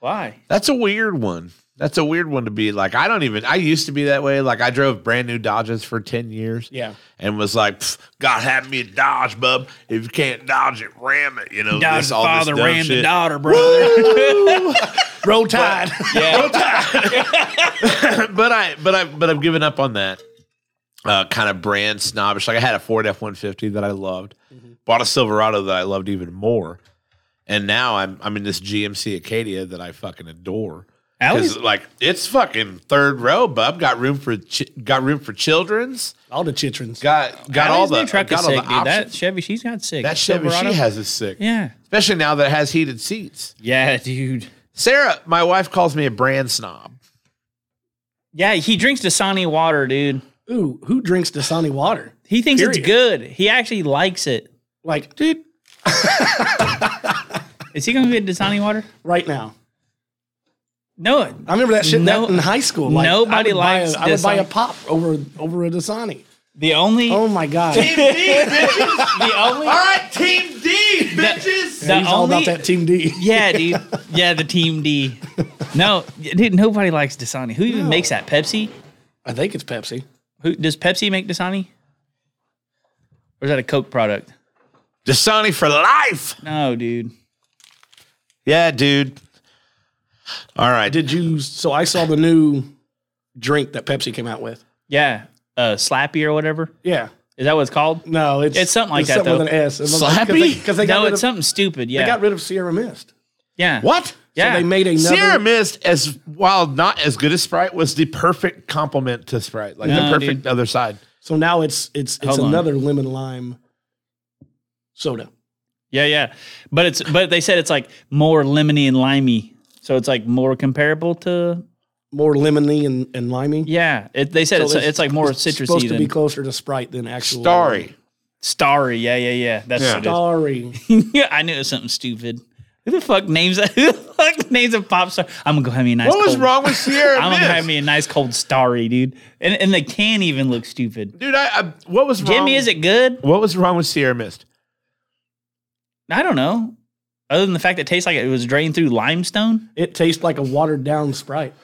Why? That's a weird one. That's a weird one to be like. I don't even. I used to be that way. Like I drove brand new Dodges for ten years. Yeah. and was like, "Pff, God have me a Dodge, bub. If you can't dodge it, ram it. You know, Dodge this- the all this father, dumb ram the shit. daughter, brother. Roll tide. yeah. but I, but I, but I've given up on that uh, kind of brand snobbish. Like I had a Ford F one fifty that I loved, Mm-hmm. bought a Silverado that I loved even more, and now I'm I'm in this GMC Acadia that I fucking adore. Allie's Because like it's fucking third row, bub. Got room for chi- got room for children's. all the chitrins. Got got all Allie's the new truck got is all sick, the dude. That options. Chevy, she's got sick. That, Chevy Silverado. she has is sick. Yeah. especially now that it has heated seats. Yeah, dude. Sarah, my wife calls me a brand snob. Yeah, he drinks Dasani water, dude. Ooh, who drinks Dasani water? He thinks it's Period. good. He actually likes it. Like, dude, Is he gonna get Dasani water? right now. No. I remember that shit No- that in high school. Like, nobody I would buy a- likes I would buy a Dasani. pop over over a Dasani. The only Oh my god. Yeah, the only right, Team D, bitches. the He's all only about that Team D. Yeah, dude. Yeah, the team D. No, dude, nobody likes Dasani. Who even makes that? Pepsi? I think it's Pepsi. Who does Pepsi make Dasani? Or is that a Coke product? Dasani for life. No, dude. Yeah, dude. All right. Did you? So I saw the new drink that Pepsi came out with. Yeah. Uh Slappy or whatever. Yeah. Is that what it's called? No, it's It's something like that, something though. with an S. It looks- Slappy? Cause they, got No, rid it's of, something stupid. Yeah. they got rid of Sierra Mist. yeah. what? Yeah. So they made another. Sierra Mist, as while not as good as Sprite, was the perfect complement to Sprite, like No, the perfect dude. other side. So now it's it's it's Hold on. another lemon lime soda. Yeah, yeah. But it's but they said it's like more lemony and limey. So it's like more comparable to more lemony and, and limey. Yeah, it, they said So it's, it's like more citrusy Supposed to be than closer to Sprite than actual Starry. starry. Yeah, yeah, yeah. That's Yeah. what it is. Starry. yeah, I knew it was something stupid. Who the fuck names that? Who the fuck names a pop star? I'm gonna go have me a nice. What was cold- wrong with Sierra? I'm gonna Mist? go have me a nice cold starry, dude. And and the can even look stupid. dude. I, I what was wrong? Jimmy, is it good? What was wrong with Sierra Mist? I don't know. Other than the fact that it tastes like it was drained through limestone, It tastes like a watered down Sprite.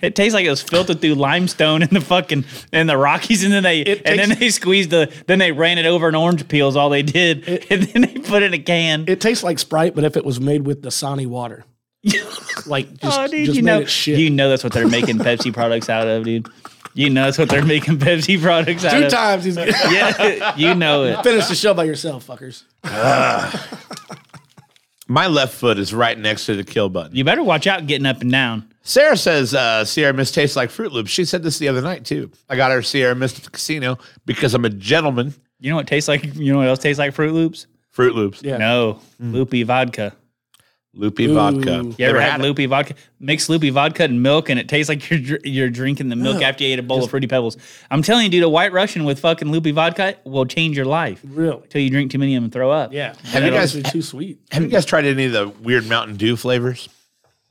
it tastes like it was filtered through limestone in the fucking in the Rockies, and then they It and then tastes- they squeezed the then they ran it over an orange peel is all they did, and then they put it in a can. It tastes like Sprite, but if it was made with Dasani water, like just, oh, dude, just you made know, it shit. you know that's what they're making Pepsi products out of, dude. You know that's what they're making Pepsi products out Two of. times he's gonna Yeah, you know it. finish the show by yourself, fuckers. My left foot is right next to the kill button. You better watch out getting up and down. Sarah says uh, Sierra Mist tastes like Fruit Loops. She said this the other night too. I got her Sierra Mist at the casino because I'm a gentleman. You know what tastes like? You know what else tastes like Fruit Loops? Fruit Loops, Yeah. Mm. No, loopy vodka. loopy vodka. You ever, had, it? loopy vodka? Mix loopy vodka and milk, and it tastes like you're dr- you're drinking the milk after you ate a bowl of fruity pebbles. I'm telling you, dude, a White Russian with fucking loopy vodka will change your life. Really? Till you drink too many of them and throw up. Yeah. Have you That guys- was too sweet? Have you guys tried any of the weird Mountain Dew flavors?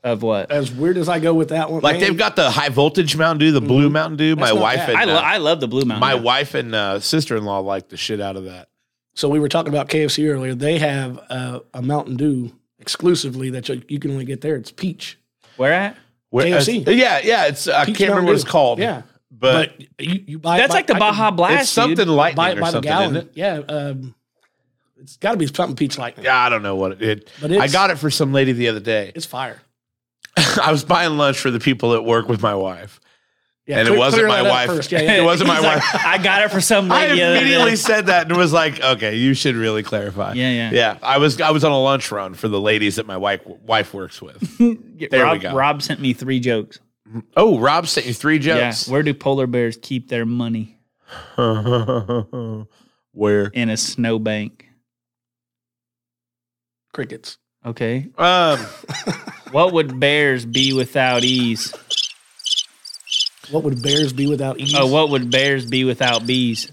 Of what? As weird as I go with that one, Like man, they've got the high voltage Mountain Dew, the blue Mountain Dew. my Mm-hmm. not wife bad. and I, lo- uh, I love the Blue Mountain. my Yeah. wife and uh, sister in law like the shit out of that. So we were talking about KFC earlier. They have uh, a Mountain Dew exclusively that you, you can only get there. It's peach. Where at? Where- KFC. uh, yeah, yeah. It's I Peach can't remember Mountain what it's Dew. called. Yeah. but, But, you, you buy it That's by- like the I Baja can Blast. it's something dude. lightning Buy it or by the something, isn't gallon. it? Yeah. Um, it's got to be something peach lightning. Yeah, I don't know what it. it But I it's- got it for some lady the other day. It's fire. I was buying lunch for the people at work with my wife, Yeah, and clear- it wasn't clear my that up wife. first. Yeah, yeah. It wasn't my He's like, wife. I got it for some I lady. other immediately than- said that and was like, "Okay, you should really clarify." Yeah, yeah. yeah. I was I was on a lunch run for the ladies that my wife wife works with. There we Rob, go. Rob sent me three jokes. oh, Rob sent you three jokes. Yeah. Where do polar bears keep their money? Where? In a snowbank. Crickets. Okay. Um, What would bears be without ease? What would bears be without ears? Oh, what would bears be without bees?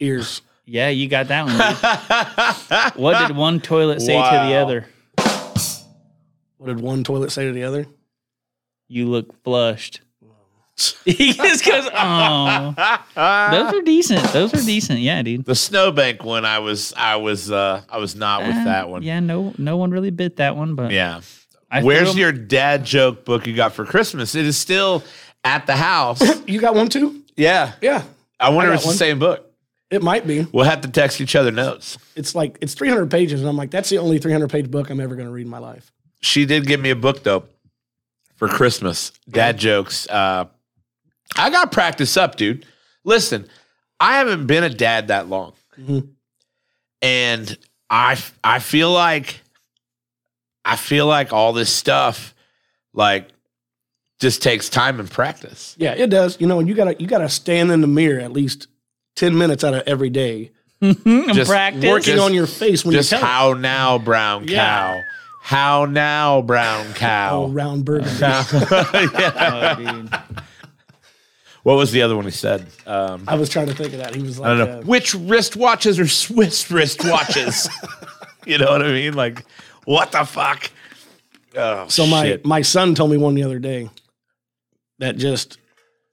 Ears. Yeah, you got that one. dude. what did one toilet say to the Wow. other? What did one toilet say to the other? You look flushed. he just goes, oh. Those are decent. Those are decent. Yeah, dude. the snowbank one, I was I was uh I was not with that one. Yeah, no, no one really bit that one, but Yeah. I Where's threw 'em- your dad joke book you got for Christmas? It is still at the house. You got one too? yeah. Yeah. I wonder I if it's got the one. same book. It might be. We'll have to text each other notes. It's like it's 300 pages, and I'm like, that's the only 300 page book I'm ever going to read in my life. She did give me a book though for Christmas. Dad jokes. Uh I got practice up, dude. Listen, I haven't been a dad that long. Mhm. And I I feel like I feel like all this stuff like just takes time and practice. Yeah, it does. You know, and you gotta you gotta stand in the mirror at least 10 minutes out of every day, Just practice. working Just- on your face when you Just tell how now, brown Yeah. cow. How now, brown all cow. round burgers. Yeah. Oh, dude. What was the other one he said? Um, I was trying to think of that. He was like, I don't know. uh, Which wristwatches are Swiss wristwatches? you know what I mean? Like, what the fuck? Oh, uh, so my shit. my son told me one the other day that just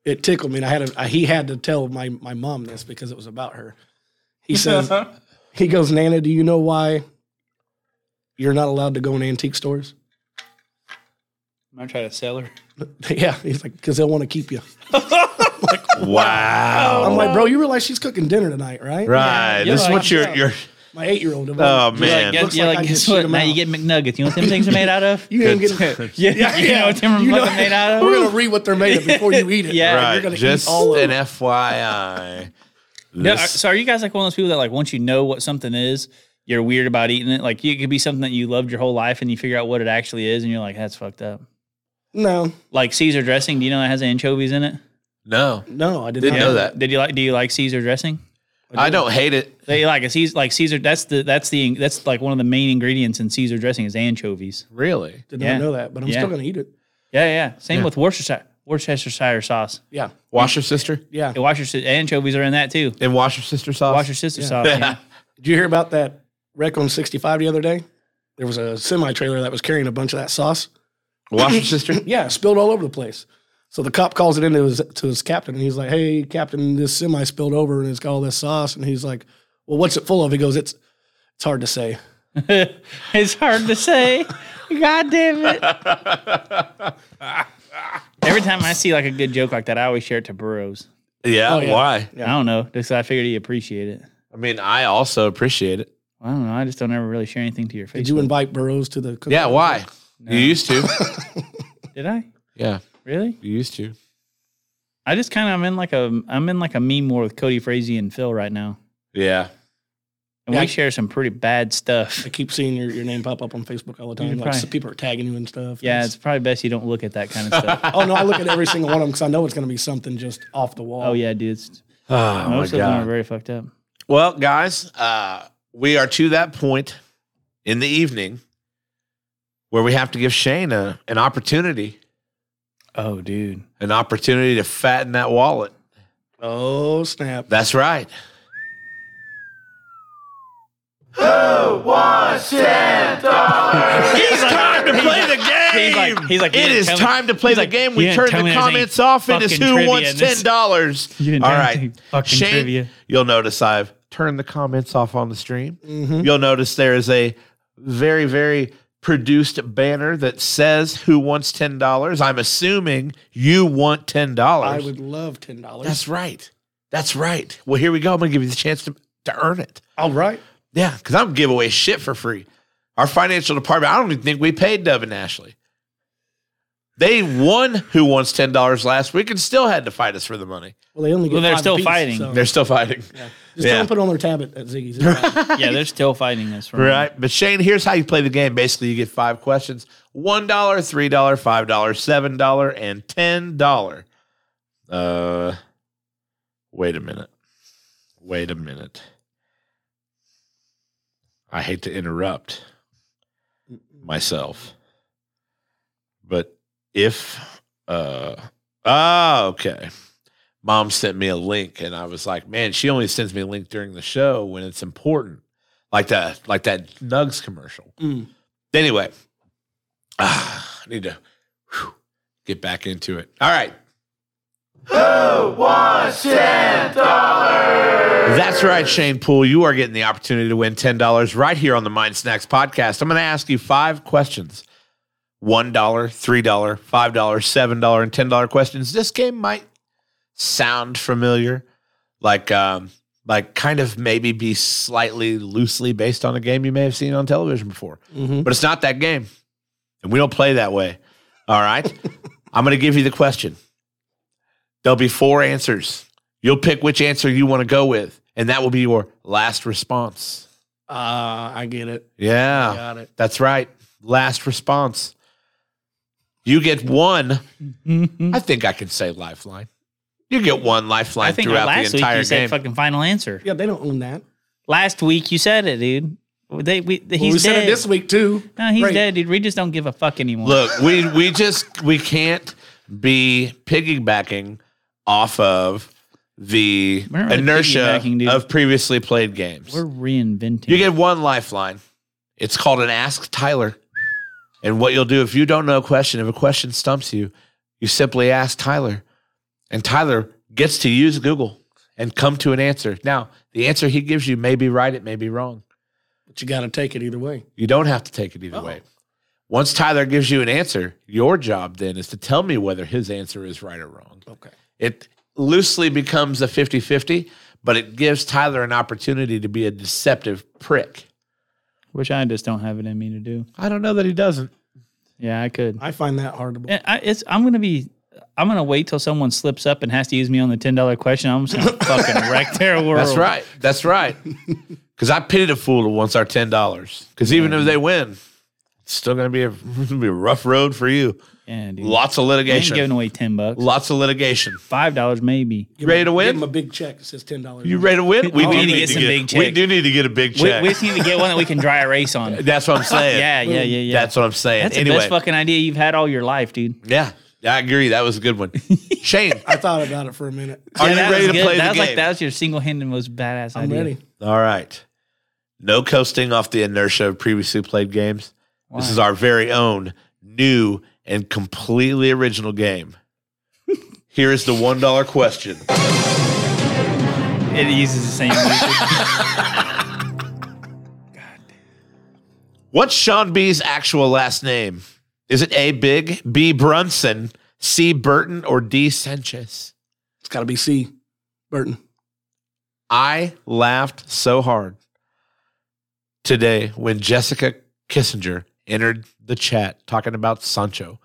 it tickled me, and I had a, he had to tell my my mom this because it was about her. He says he goes, Nana, do you know why you're not allowed to go in antique stores? I'm trying to sell her. yeah, he's like, because they'll want to keep you. wow. I'm like, bro, you realize she's cooking dinner tonight, right? right. you're this is like- what you're, you're, My eight year old. oh You're like, man. guess, Looks you're like like, I guess just shoot what? 'em Now out. you get McNuggets. You know what them things are made out of? You ain't Good. getting. yeah, you know what them are You know- fucking made out We're of? gonna read what they're made of before you eat it. Yeah. You're right. gonna eat Just all of an it. FYI. Yeah, This- are- so are you guys like one of those people that like once you know what something is, you're weird about eating it? Like it could be something that you loved your whole life and you figure out what it actually is and you're like, that's fucked up. No, Like Caesar dressing, do you know it has anchovies in it? no, no, I did Didn't not. know that. Did you like do you like Caesar dressing? I don't hate it. They like a Caesar like Caesar that's the that's the that's like one of the main ingredients in Caesar dressing is anchovies. Really? Did Yeah. not know that, but I'm Yeah. still gonna eat it. Yeah, yeah. Same with Worcestershire. Worcestershire sauce. Yeah. Washer sister? Yeah. Yeah, Washer si- anchovies are in that too. And washer sister sauce? Washer sister sauce. yeah. Did you hear about that wreck on 65 the other day? There was a semi trailer that was carrying a bunch of that sauce. washer sister? Yeah, it spilled all over the place. So the cop calls it into his to his captain, and he's like, "Hey, captain, this semi spilled over, and it's got all this sauce." And he's like, "Well, what's it full of?" He goes, "It's it's hard to say." It's hard to say. God damn it. Every time I see like a good joke like that, I always share it to Burrows. Yeah, Oh, yeah. why? I don't know, just 'cause I figured he'd appreciate it. I mean, I also appreciate it. I don't know. I just don't ever really share anything to your face. Did you invite Burrows to the? cook- Yeah, why? You used to. Did I? yeah, Really? you used to. I just kind of I'm in like a I'm in like a meme war with Cody Frazee and Phil right now, Yeah. and Yeah. we share some pretty bad stuff. I keep seeing your, your name pop up on Facebook all the time. You're Like right. some people are tagging you and stuff. Yeah, it's probably best you don't look at that kind of stuff. oh no, I look at every single one of them because I know it's going to be something just off the wall. oh yeah, dude. It's, Oh, most of them are very fucked up. Well, guys, uh, we are to that point in the evening where we have to give Shane a, an opportunity, Oh, dude. an opportunity to fatten that wallet. Oh snap! That's right. Who wants ten dollars? It's time to play the game. he's like- he's like, you it didn't is tell me- time to play he's the like, game. you We didn't turn tell the me there's any comments off, and it's fucking who trivia wants in this. ten dollars. You didn't All tell me right, any fucking Shane, trivia. you'll notice I've turned the comments off on the stream. Mm-hmm. You'll notice there is a very, very produced banner that says "Who wants ten dollars." I'm assuming you want ten dollars. I would love ten dollars. That's right. That's right. Well, here we go. I'm gonna give you the chance to, to earn it. All right. Yeah, because I'm give away shit for free. Our financial department, I don't even think we paid Dub and Ashley. They won who wants ten dollars last week and still had to fight us for the money. Well, they only get. Well, they're five still apiece, fighting. so- They're still fighting. Just Yeah. don't put it on their tab at, at Ziggy's. It's fine. Yeah, they're still fighting us. From Right. But Shane, here's how you play the game. Basically, you get five questions $1, $3, $5, $7, and $10. Uh, wait a minute. Wait a minute. I hate to interrupt myself, but if, uh, ah, okay. Mom sent me a link, and I was like, man, she only sends me a link during the show when it's important like that like that Nugs commercial. Mm. Anyway, ah, I need to whew, get back into it. All right. Who wants ten dollars? That's right, Shane Poole. You are getting the opportunity to win ten dollars right here on the Mind Snacks podcast. I'm going to ask you five questions. $1, $3, $5, $7, and $10 questions. This game might sound familiar. Like um, like kind of maybe be slightly loosely based on a game you may have seen on television before. Mm-hmm. Uh, But it's not that game. And we don't play that way. All right. I'm going to give you the question. There'll be four answers. You'll pick which answer you want to go with, and that will be your last response. Ah, I get it. Yeah. Got it. That's right. Last response. You get one. I think I can say lifeline. You get one lifeline I think throughout last the entire week you game. said fucking final answer. Yeah, they don't own that. Last week you said it, dude. They we he's well, we dead. said it this week too. No, he's Right. dead, dude. We just don't give a fuck anymore. Look, we we just we can't be piggybacking off of the We're not really inertia piggybacking, dude. of previously played games. We're reinventing. you get one lifeline. It's called an Ask Tyler. And what you'll do if you don't know a question, if a question stumps you, you simply ask Tyler. And Tyler gets to use Google and come to an answer. Now, the answer he gives you may be right, it may be wrong. But you got to take it either way. You don't have to take it either way. Oh. Once Tyler gives you an answer, your job then is to tell me whether his answer is right or wrong. Oh. Okay. It loosely becomes a 50 50, but it gives Tyler an opportunity to be a deceptive prick. which I just don't have it in me to do. I don't know that he doesn't. Yeah, I could. I find that hard to believe. And I, it's I'm gonna be. I'm gonna wait till someone slips up and has to use me on the ten dollar question. I'm just gonna fucking wreck their world. That's right. That's right. Because I pitied a fool who wants our $10. Because even if they win, it's still going to be a, gonna be a rough road for you. Yeah, dude. Lots of I ain't Mm. giving litigation. away ten bucks. Lots of litigation. Five dollars maybe. You ready to Give him win? a big check. It says ten dollars. You ready to win? We need to get some big We check. do need to get a big We, check. we just need to get one that we can dry erase on. That's what I'm saying. Yeah, yeah, yeah, yeah. That's what I'm saying. That's the anyway, best fucking idea you've had all your life, dude. yeah. I agree. That was a good one. Shane, I thought about it for a minute. are Yeah, you that ready was to good. play that the was game? like that was your single-handed most badass I'm idea. ready. All right. No coasting off the inertia of previously played games. This is our very own new and completely original game. Here is the $1 question. It uses the same music. What's Sean B's actual last name? Is it A. Big, B. Brunson, C. Burton, or D. Sanchez? It's got to be C. Burton. I laughed so hard today when Jessica Kissinger entered the chat talking about Sancho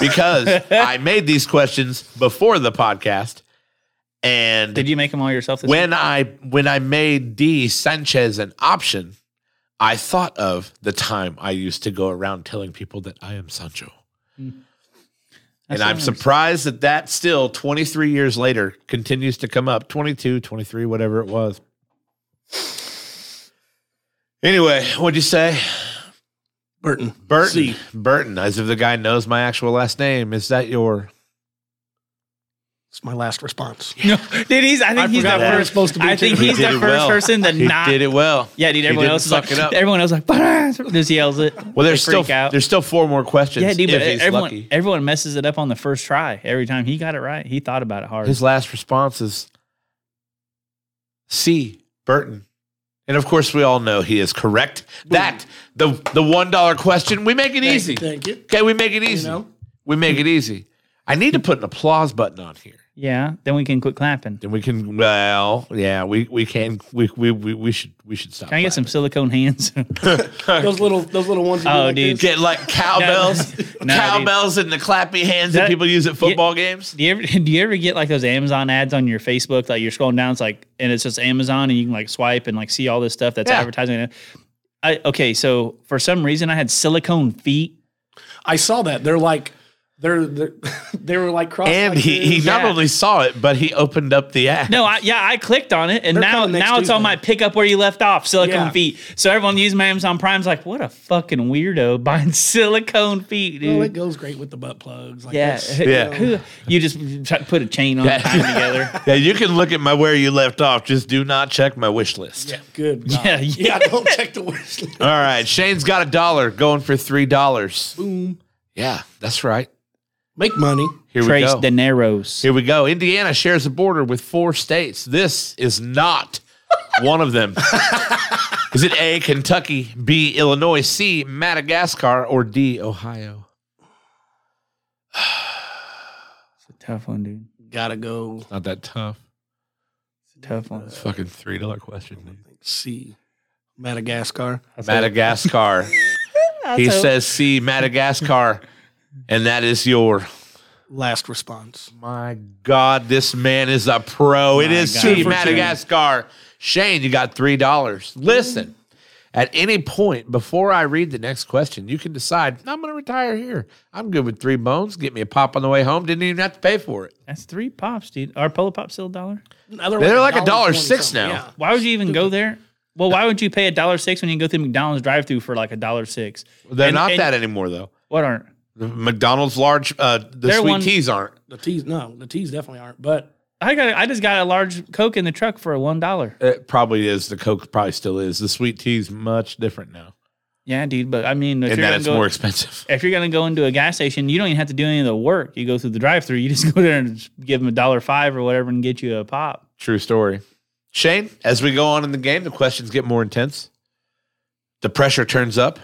because I made these questions before the podcast. And Did you make them all yourself? This when I when I made D Sanchez an option, I thought of the time I used to go around telling people that I am Sancho. Hmm. And I'm surprised that that still 23 years later continues to come up 22, 23, whatever it was. Anyway, what'd you say? Burton. Burton. C. Burton, as if the guy knows my actual last name. Is that your. It's my last response. No, dude, he's. I think he's the forgot where it's first. supposed to be, I think too. he's He the did first it well. person to He not. did it well. Yeah, dude. He Everyone didn't else is fuck like. it up. Everyone else is like. "Bah!" Just yells it. Well, They there's still freak out. there's still four more questions. Yeah, dude. But if he's everyone, lucky. everyone messes it up on the first try. Every time he got it right, he thought about it hard. His last response is C. Burton. And of course, we all know he is correct. That the the one dollar question. We make it easy. Thank you. Okay, we make it easy. know? We make it easy. I need to put an applause button on here. yeah. Then we can quit clapping. Then we can. Well, yeah, we we can. We we we, we should we should stop. Can I get some silicone hands? Those little, those little ones. you do Oh, like dude. this. get like cowbells, No, dude. cowbells, and the clappy hands that, That- people use at football games. Do you ever do you ever get like those Amazon ads on your Facebook? Like you're scrolling down, it's like and it's just Amazon, and you can like swipe and like see all this stuff that's Yeah. advertising. I, okay, so for some reason I had silicone feet. I saw that. They're like, they're, they're they were like crossed. And like he, he this. not Yeah. only saw it, but he opened up the app. No, I, yeah, I clicked on it, and They're now coming next now it's on Tuesday. my pick up where you left off, silicone Yeah. feet. So everyone using my Amazon Prime's like, what a fucking weirdo buying silicone feet, dude. Well, it "Oh, goes great with the butt plugs. Like yeah, that's- Yeah. Who- you just try to put a chain on, Yeah. yeah. tie them together. Yeah, you can look at my where you left off. Just do not check my wish list. Good. God. Yeah, yeah. Yeah. Don't check the wish list. All right, Shane's got a dollar going for three dollars. Boom. Yeah, that's right. Make money. Here Trace we go. Dineros. Here we go. Indiana shares a border with four states. This is not one of them. is it A. Kentucky, B. Illinois, C. Madagascar, or D. Ohio? Tough one, dude. Gotta go. Not that tough. Tough one. Fucking three dollar question. See, Madagascar. Madagascar. he says C. Madagascar, and that is your. Last response. My God, this man is a pro. it is God. C Two for Madagascar. Shane, you got three dollars. Listen, at any point before I read the next question, you can decide I'm going to retire here. I'm good with three bones. Get me a pop on the way home. Didn't even have to pay for it. That's three pops, dude. Are Polo Pops still a dollar? Another They're one, like a dollar $1.20 six something. now. Yeah. Why would you even go there? Well, why would you pay a dollar six when you can go through McDonald's drive through for like a dollar six? They're And- not and- that anymore though. What aren't? The McDonald's large, uh, the They're sweet one- teas aren't. The teas, no, the teas definitely aren't. But I got I just got a large Coke in the truck for a one dollar. It probably is. The Coke probably still is. The sweet tea's much different now, Yeah, dude. But I mean, if and that you're gonna it's go, more expensive. if you're gonna go into a gas station, you don't even have to do any of the work. You go through the drive through. You just go there and just give them a dollar five or whatever and get you a pop. True story. Shane, as we go on in the game, the questions get more intense. The pressure turns up.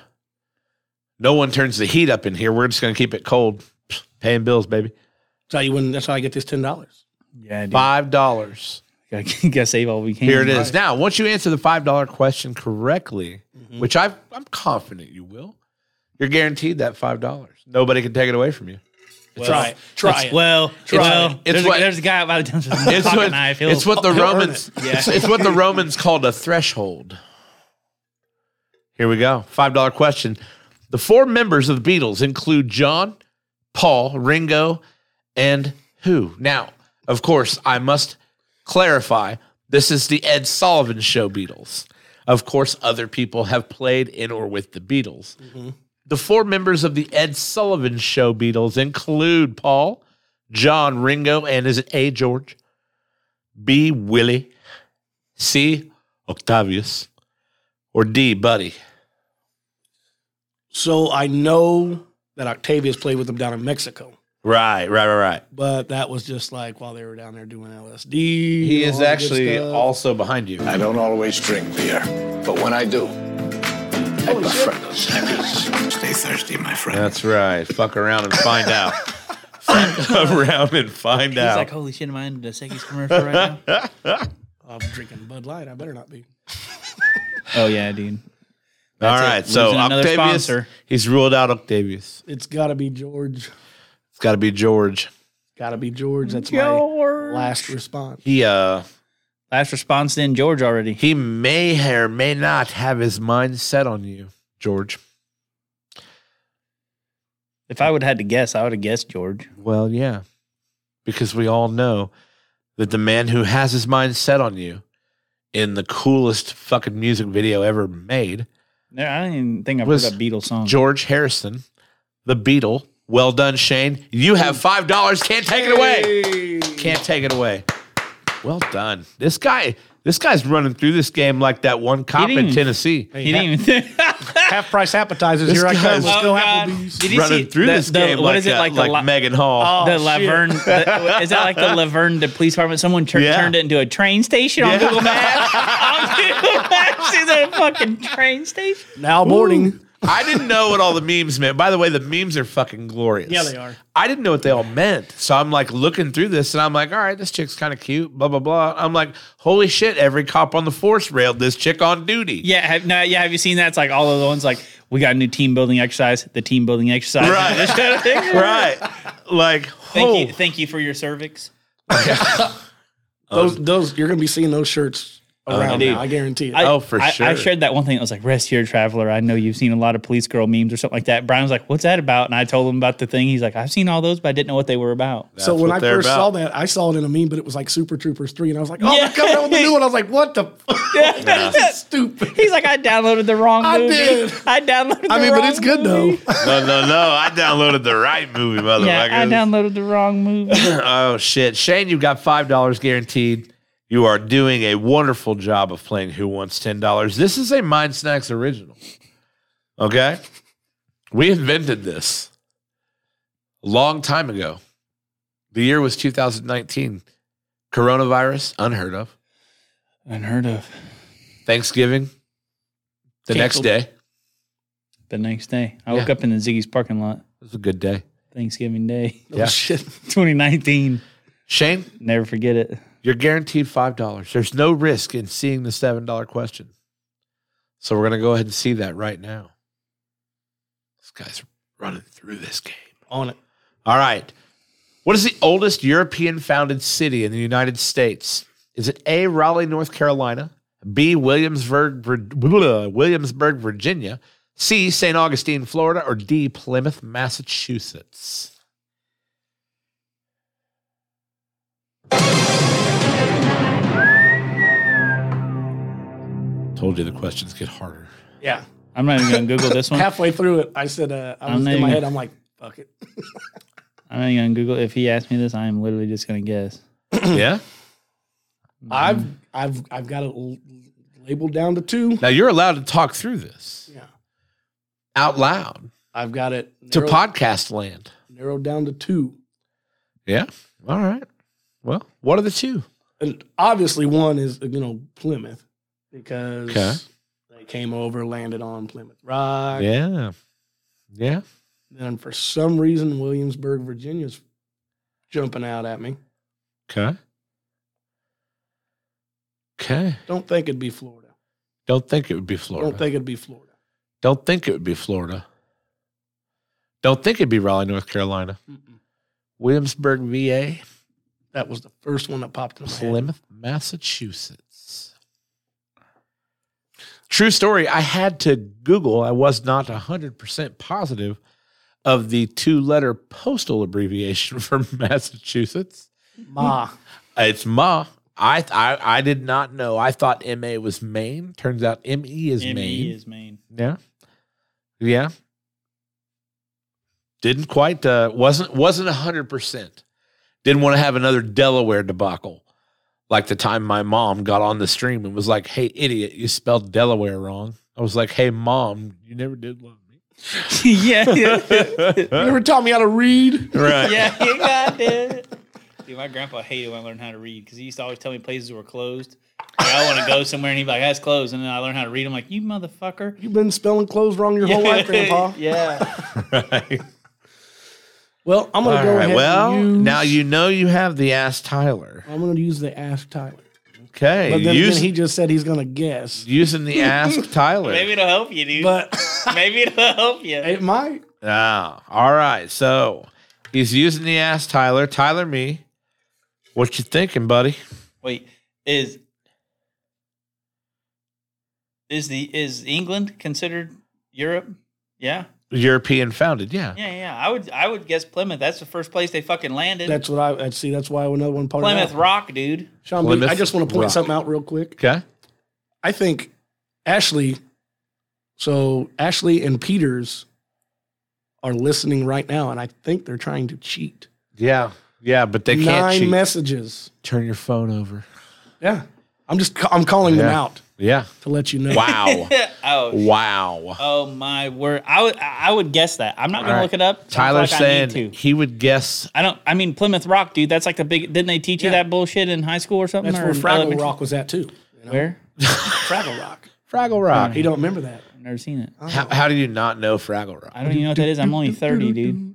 No one turns the heat up in here. We're just going to keep it cold. Pfft, Paying bills, baby. that's how you win. That's how I get this ten dollars. Yeah, dude. Five dollars. Gotta, gotta save all we can. Here it is. Now, once you answer the five dollar question correctly, which I've, I'm confident you will, you're guaranteed that five dollars. Nobody can take it away from you. try it. Try It's- it. Well, Try well, It's there's, what- a, there's a guy by the dumpster with a It's pocket what, knife. He'll- it's what the he'll earn Romans. it. It's, it's what the Romans called a threshold. Here we go. Five dollar question. The four members of the Beatles include John, Paul, Ringo, and who? Now, of course, I must clarify. This is the Ed Sullivan Show Beatles. Of course, other people have played in or with the Beatles. The four members of the Ed Sullivan Show Beatles include Paul, John Ringo, and is it A. George, B. Willie, C. Octavius, or D. Buddy? So I know that Octavius played with them down in Mexico, Right, right, right, right. but that was just like while they were down there doing LSD. He and is all that good actually stuff. also behind you. I don't always drink beer, but when I do, I prefer those heavies. Stay thirsty, my friend. That's right. Fuck around and find out. Fuck around and find He's out. like, holy shit, am I in the Seki's commercial right now? I'm drinking Bud Light. I better not be. Oh yeah, dude. All it. right, so Losing another Octavius, sponsor. he's ruled out Octavius. It's got to be George. It's got to be George. Got to be George. That's my last response. He uh Last response in George already. he may or may not have his mind set on you, George. If I would have had to guess, I would have guessed George. Well, yeah. Because we all know that the man who has his mind set on you in the coolest fucking music video ever made, No, I don't even think I've Was heard a Beatles song. George Harrison, the Beatle. Well done, Shane. You have five dollars. Can't take it away. Can't take it away. Well done. This guy, this guy's running through this game like that one cop didn't in even- Tennessee. he didn't even think. Half price appetizers. This Here I guy's- come. Let's Oh, go God. Applebee's. Did you running see through the- this the- game what like, is it, that- like the like li- Oh, Megan Hall. the shit. Laverne, the, is that like the Laverne the police department? Someone tur- Yeah. turned it into a train station on Google Maps. on Google Maps, is it a fucking train station? Now morning. I didn't know what all the memes meant. By the way, the memes are fucking glorious. Yeah, they are. I didn't know what they all meant. So I'm like looking through this and I'm like, all right, this chick's kind of cute, blah, blah, blah. I'm like, holy shit, every cop on the force railed this chick on duty. Yeah, have, no, yeah. Have you seen that? It's like all of the ones like we got a new team building exercise. The team building exercise. Right. This kind of thing. Right. Like, Thank oh. you, thank you for your cervix. Those, those you're gonna be seeing those shirts around. dude. now, I guarantee it. I- Oh, for I, I sure. shared that one thing. I was like, "Rest here, traveler." I know you've seen a lot of police girl memes or something like that. Brian was like, "What's that about?" And I told him about the thing. He's like, "I've seen all those, but I didn't know what they were about." so when what I they're first about. saw that, I saw it in a meme, but it was like Super Troopers three, and I was like, "Oh, Yeah. they're coming out with a new one." I was like, "What the? Fuck? Stupid." He's like, "I downloaded the wrong I movie. did. I downloaded." I the mean, but wrong it's good movie. though. oh, no, no, no. I downloaded the right movie, motherfucker. Yeah, I downloaded the wrong movie. oh, shit. Shane, you've got $5 guaranteed. You are doing a wonderful job of playing Who Wants $10. This is a Mind Snacks original. Okay? We invented this a long time ago. The year was 2019. Coronavirus, unheard of. Unheard of. Thanksgiving, the next Canceled. day. It The next day, I woke Yeah. up in the Ziggy's parking lot. was a good day. Thanksgiving Day, Yeah. Oh, shit. 2019. Shane, Never forget it. You're guaranteed five dollars. There's no risk in seeing the seven dollar question. So we're gonna go ahead and see that right now. This guy's running through this game. On it. All right. What is the oldest European founded city in the United States? Is it A, Raleigh, North Carolina, B, Williamsburg, Vir- Williamsburg, Virginia, C, St. Augustine, Florida, or D, Plymouth, Massachusetts? Told you the questions get harder. Yeah. I'm not even gonna Google this one. Halfway through it, I said, uh, I I'm was not in my even- head. I'm like, "Fuck it." I'm not even gonna Google. If he asked me this, I am literally just gonna guess. yeah? Mm-hmm. I've I've I've got it l- labeled down to two. Now you're allowed to talk through this Yeah. out loud I've got it to narrowed, podcast land. narrowed down to two. Yeah. All right. Well, what are the two? and obviously one is you know Plymouth because Okay. they came over, landed on Plymouth Rock. Yeah. Yeah. Then for some reason Williamsburg, Virginia's jumping out at me. Okay. Okay. Don't think it'd be Florida. Don't think it would be Florida. Don't think it'd be Florida. Don't think it would be Florida. Don't think it'd be Raleigh, North Carolina. Williamsburg, VA, That was the first one that popped in my head. Plymouth, Massachusetts. True story. I had to Google, I was not 100% positive of the two letter postal abbreviation for Massachusetts. Ma. It's Ma. I, I I did not know. I thought MA was Maine. Turns out ME E is ME Maine. is Maine. Yeah. Yeah. Didn't quite uh, wasn't wasn't hundred percent. Didn't want to have another Delaware debacle, like the time my mom got on the stream and was like, "Hey, idiot, you spelled Delaware wrong." I was like, "Hey, mom, you never did love me." yeah, yeah, You never taught me how to read. Right. yeah, you got it. Dude, my grandpa hated when I learned how to read because he used to always tell me places were closed. Like, I want to go somewhere, and he'd be like, "That's closed," and then I learned how to read. I'm like, "You motherfucker!" You've been spelling clothes wrong your whole life, Grandpa. yeah. Well, I'm gonna All go right. ahead. Well, and use, now you know you have the ass Tyler. I'm gonna use the ask Tyler. Okay. But then Use- again, he just said he's gonna guess. using the ask Tyler. Maybe it'll help you, dude. But Maybe it'll help you. it might. Ah, all right. So he's using the ass Tyler. Tyler me. What you thinking, buddy? Wait, is is the is England considered Europe? Yeah, European founded, yeah. yeah, yeah. I would I would guess Plymouth. That's the first place they fucking landed. That's what I, I see. That's why another one part. Plymouth Rock, dude. Sean, B, Plymouth I just want to point Rock. something out real quick. Okay. I think Ashley, so Ashley and Peters are listening right now, and I think they're trying to cheat. Yeah. Yeah, but they can't Nine cheat. messages. Turn your phone over. Yeah, I'm just ca- I'm calling them Yeah. out Yeah. to let you know. Wow. Oh, wow. oh my word. I would I would guess that. I'm not gonna right. look it up. Sounds Tyler's like I need saying to. he would guess I don't. I mean Plymouth Rock, dude. That's like the big. Didn't they teach you Yeah. that bullshit in high school or something? That's or where in Fraggle elementary- Rock was at too. Where? Fraggle Rock. Fraggle Rock. You don't remember that? I've never seen it. How, how do you not know Fraggle Rock? I don't even know what that is. I'm only thirty, dude.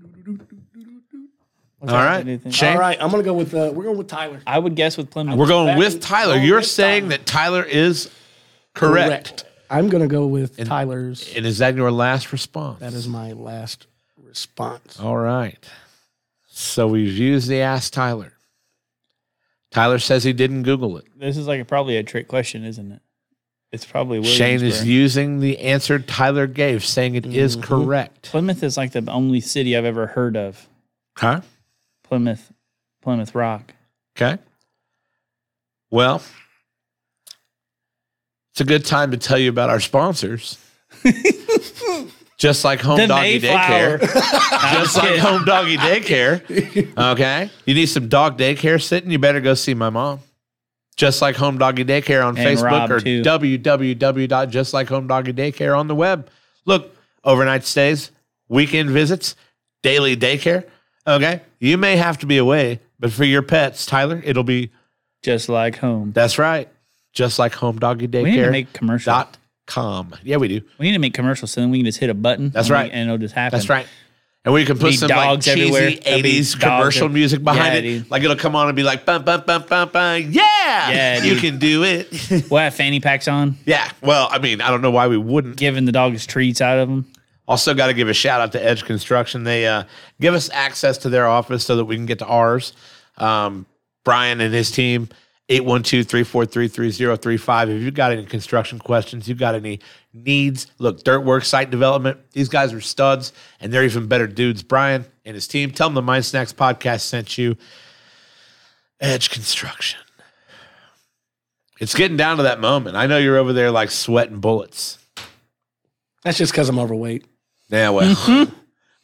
All right. Shane, All right, I'm gonna go with uh, we're going with Tyler. I would guess with Plymouth. we're going with Back- Tyler. going You're with saying Tyler. that Tyler is correct. I'm gonna go with Tyler's. And is that your last response? That is my last response. All right. So we've used the ass Tyler. Tyler says he didn't Google it. This is like a, probably a trick question, isn't it? It's probably Shane is Williamsburg. using the answer Tyler gave, saying it is Mm-hmm. correct. Plymouth is like the only city I've ever heard of. Huh? Plymouth, Plymouth Rock. Okay. Well, it's a good time to tell you about our sponsors. Just like Home The Doggy Mayflower. Daycare. Just like Home Doggy Daycare. Okay. You need some dog daycare sitting? You better go see my mom. Just like Home Doggy Daycare on And Facebook Rob, or too. www.justlikeHomeDoggyDaycare Daycare on the web. Look, overnight stays, weekend visits, daily daycare. Okay. You may have to be away, but for your pets, Tyler, it'll be Just like home. that's right. Just like home doggy daycare. We need to make commercial. dot com. Yeah, we do. We need to make commercials so then we can just hit a button. That's and we- right. and it'll just happen. That's right. And we can put Be some like dogs cheesy everywhere. That'd be '80s dogs commercial ev- music behind Yeah, it. dude. Like it'll come on and be like, bum bum bum bum bum. Yeah, Yeah, you dude. can do it. We'll have fanny packs on, yeah. Well, I mean, I don't know why we wouldn't. giving the dogs treats out of them. Also, got to give a shout out to Edge Construction. They uh, give us access to their office so that we can get to ours. Um, Brian and his team, 812 343 3035. If you've got any construction questions, you've got any needs, look, dirt work, site development, these guys are studs and they're even better dudes. Brian and his team, tell them the Mind Snacks podcast sent you. Edge Construction. It's getting down to that moment. I know you're over there like sweating bullets. That's just because I'm overweight. Yeah, well,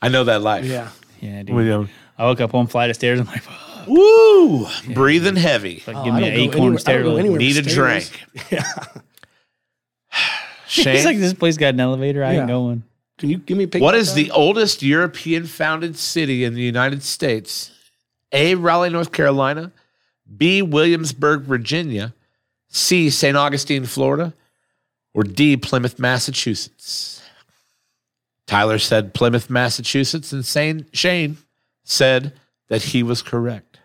I know that life. Yeah. Yeah, dude. We, um, I woke up one flight of stairs. I'm like, fuck, Woo! Breathing heavy. like, Oh, give I me an don't go anywhere- I acorn don't go stair. anywhere Need a upstairs. drink. Yeah. Shane, It's like this place got an elevator. I Yeah. ain't going. Can you give me a picture? what is the oldest European founded city in the United States? A. Raleigh, North Carolina. B. Williamsburg, Virginia. C. St. Augustine, Florida. Or D. Plymouth, Massachusetts. Tyler said Plymouth, Massachusetts, and Shane- Shane said that he was correct.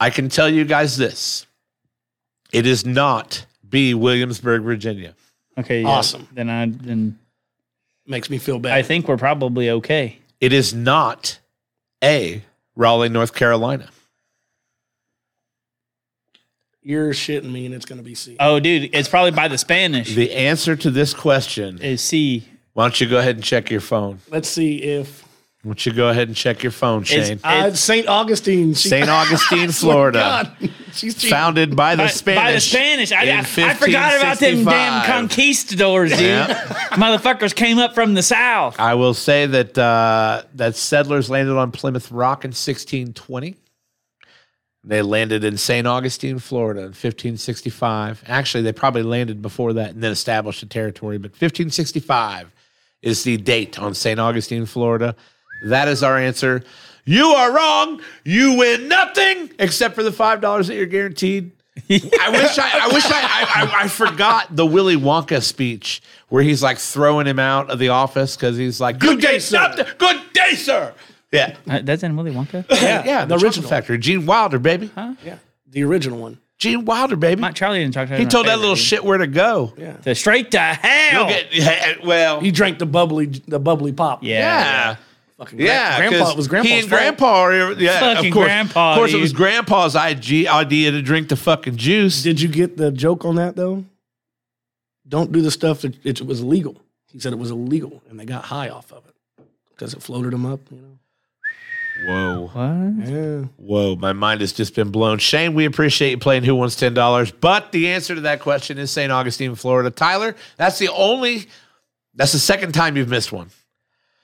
I can tell you guys this it is not B. Williamsburg, Virginia. Okay, yeah. Awesome. Then I then Makes me feel I bad. think we're probably okay. It is not A, Raleigh, North Carolina. You're shitting me, and it's gonna be Uh, C. Oh, dude, it's probably by the Spanish. The answer to this question, Is C why don't you go ahead and check your phone? Let's see if Why don't you go ahead and check your phone, Shane? Uh, St. Augustine. She- Oh St. Augustine, Florida, God. She's cheating. founded by the By- Spanish. By the Spanish. I, in I, I forgot about them damn 1565. conquistadors, dude. Yeah. Motherfuckers came up from the south. I will say that uh, that settlers landed on Plymouth Rock in 1620. They landed in St. Augustine, Florida in 1565. Actually, they probably landed before that and then established a territory, but 1565 is the date on St. Augustine, Florida. That is our answer. You are wrong. You win nothing except for the five dollars that you're guaranteed. I wish I, I wish I, I, I, I forgot the Willy Wonka speech where he's like throwing him out of the office because he's like, "Good day, sir. Good day, sir." Yeah, Uh, that's in Willy Wonka. yeah, yeah. The, original the original. factory, Gene Wilder, baby. Yeah. The original one. Gene Wilder, baby. Not Charlie didn't talk to he told that little shit where to go. Yeah. To straight to hell. You'll get- well, He drank the bubbly the bubbly pop. yeah. Fucking gra- Yeah, grandpa 'cause it was grandpa's He and fault. grandpa, are- yeah, Fucking of course. grandpa, of course, it dude. was grandpa's IG idea to drink the fucking juice. Did you get the joke on that though? Don't do the stuff that it was illegal. He said it was illegal, and they got high off of it because it floated them up. You Whoa, What? know. whoa! My mind has just been blown. Shane, we appreciate you playing Who Wants Ten Dollars, but the answer to that question is St. Augustine, Florida. Tyler, that's the only. That's the second time you've missed one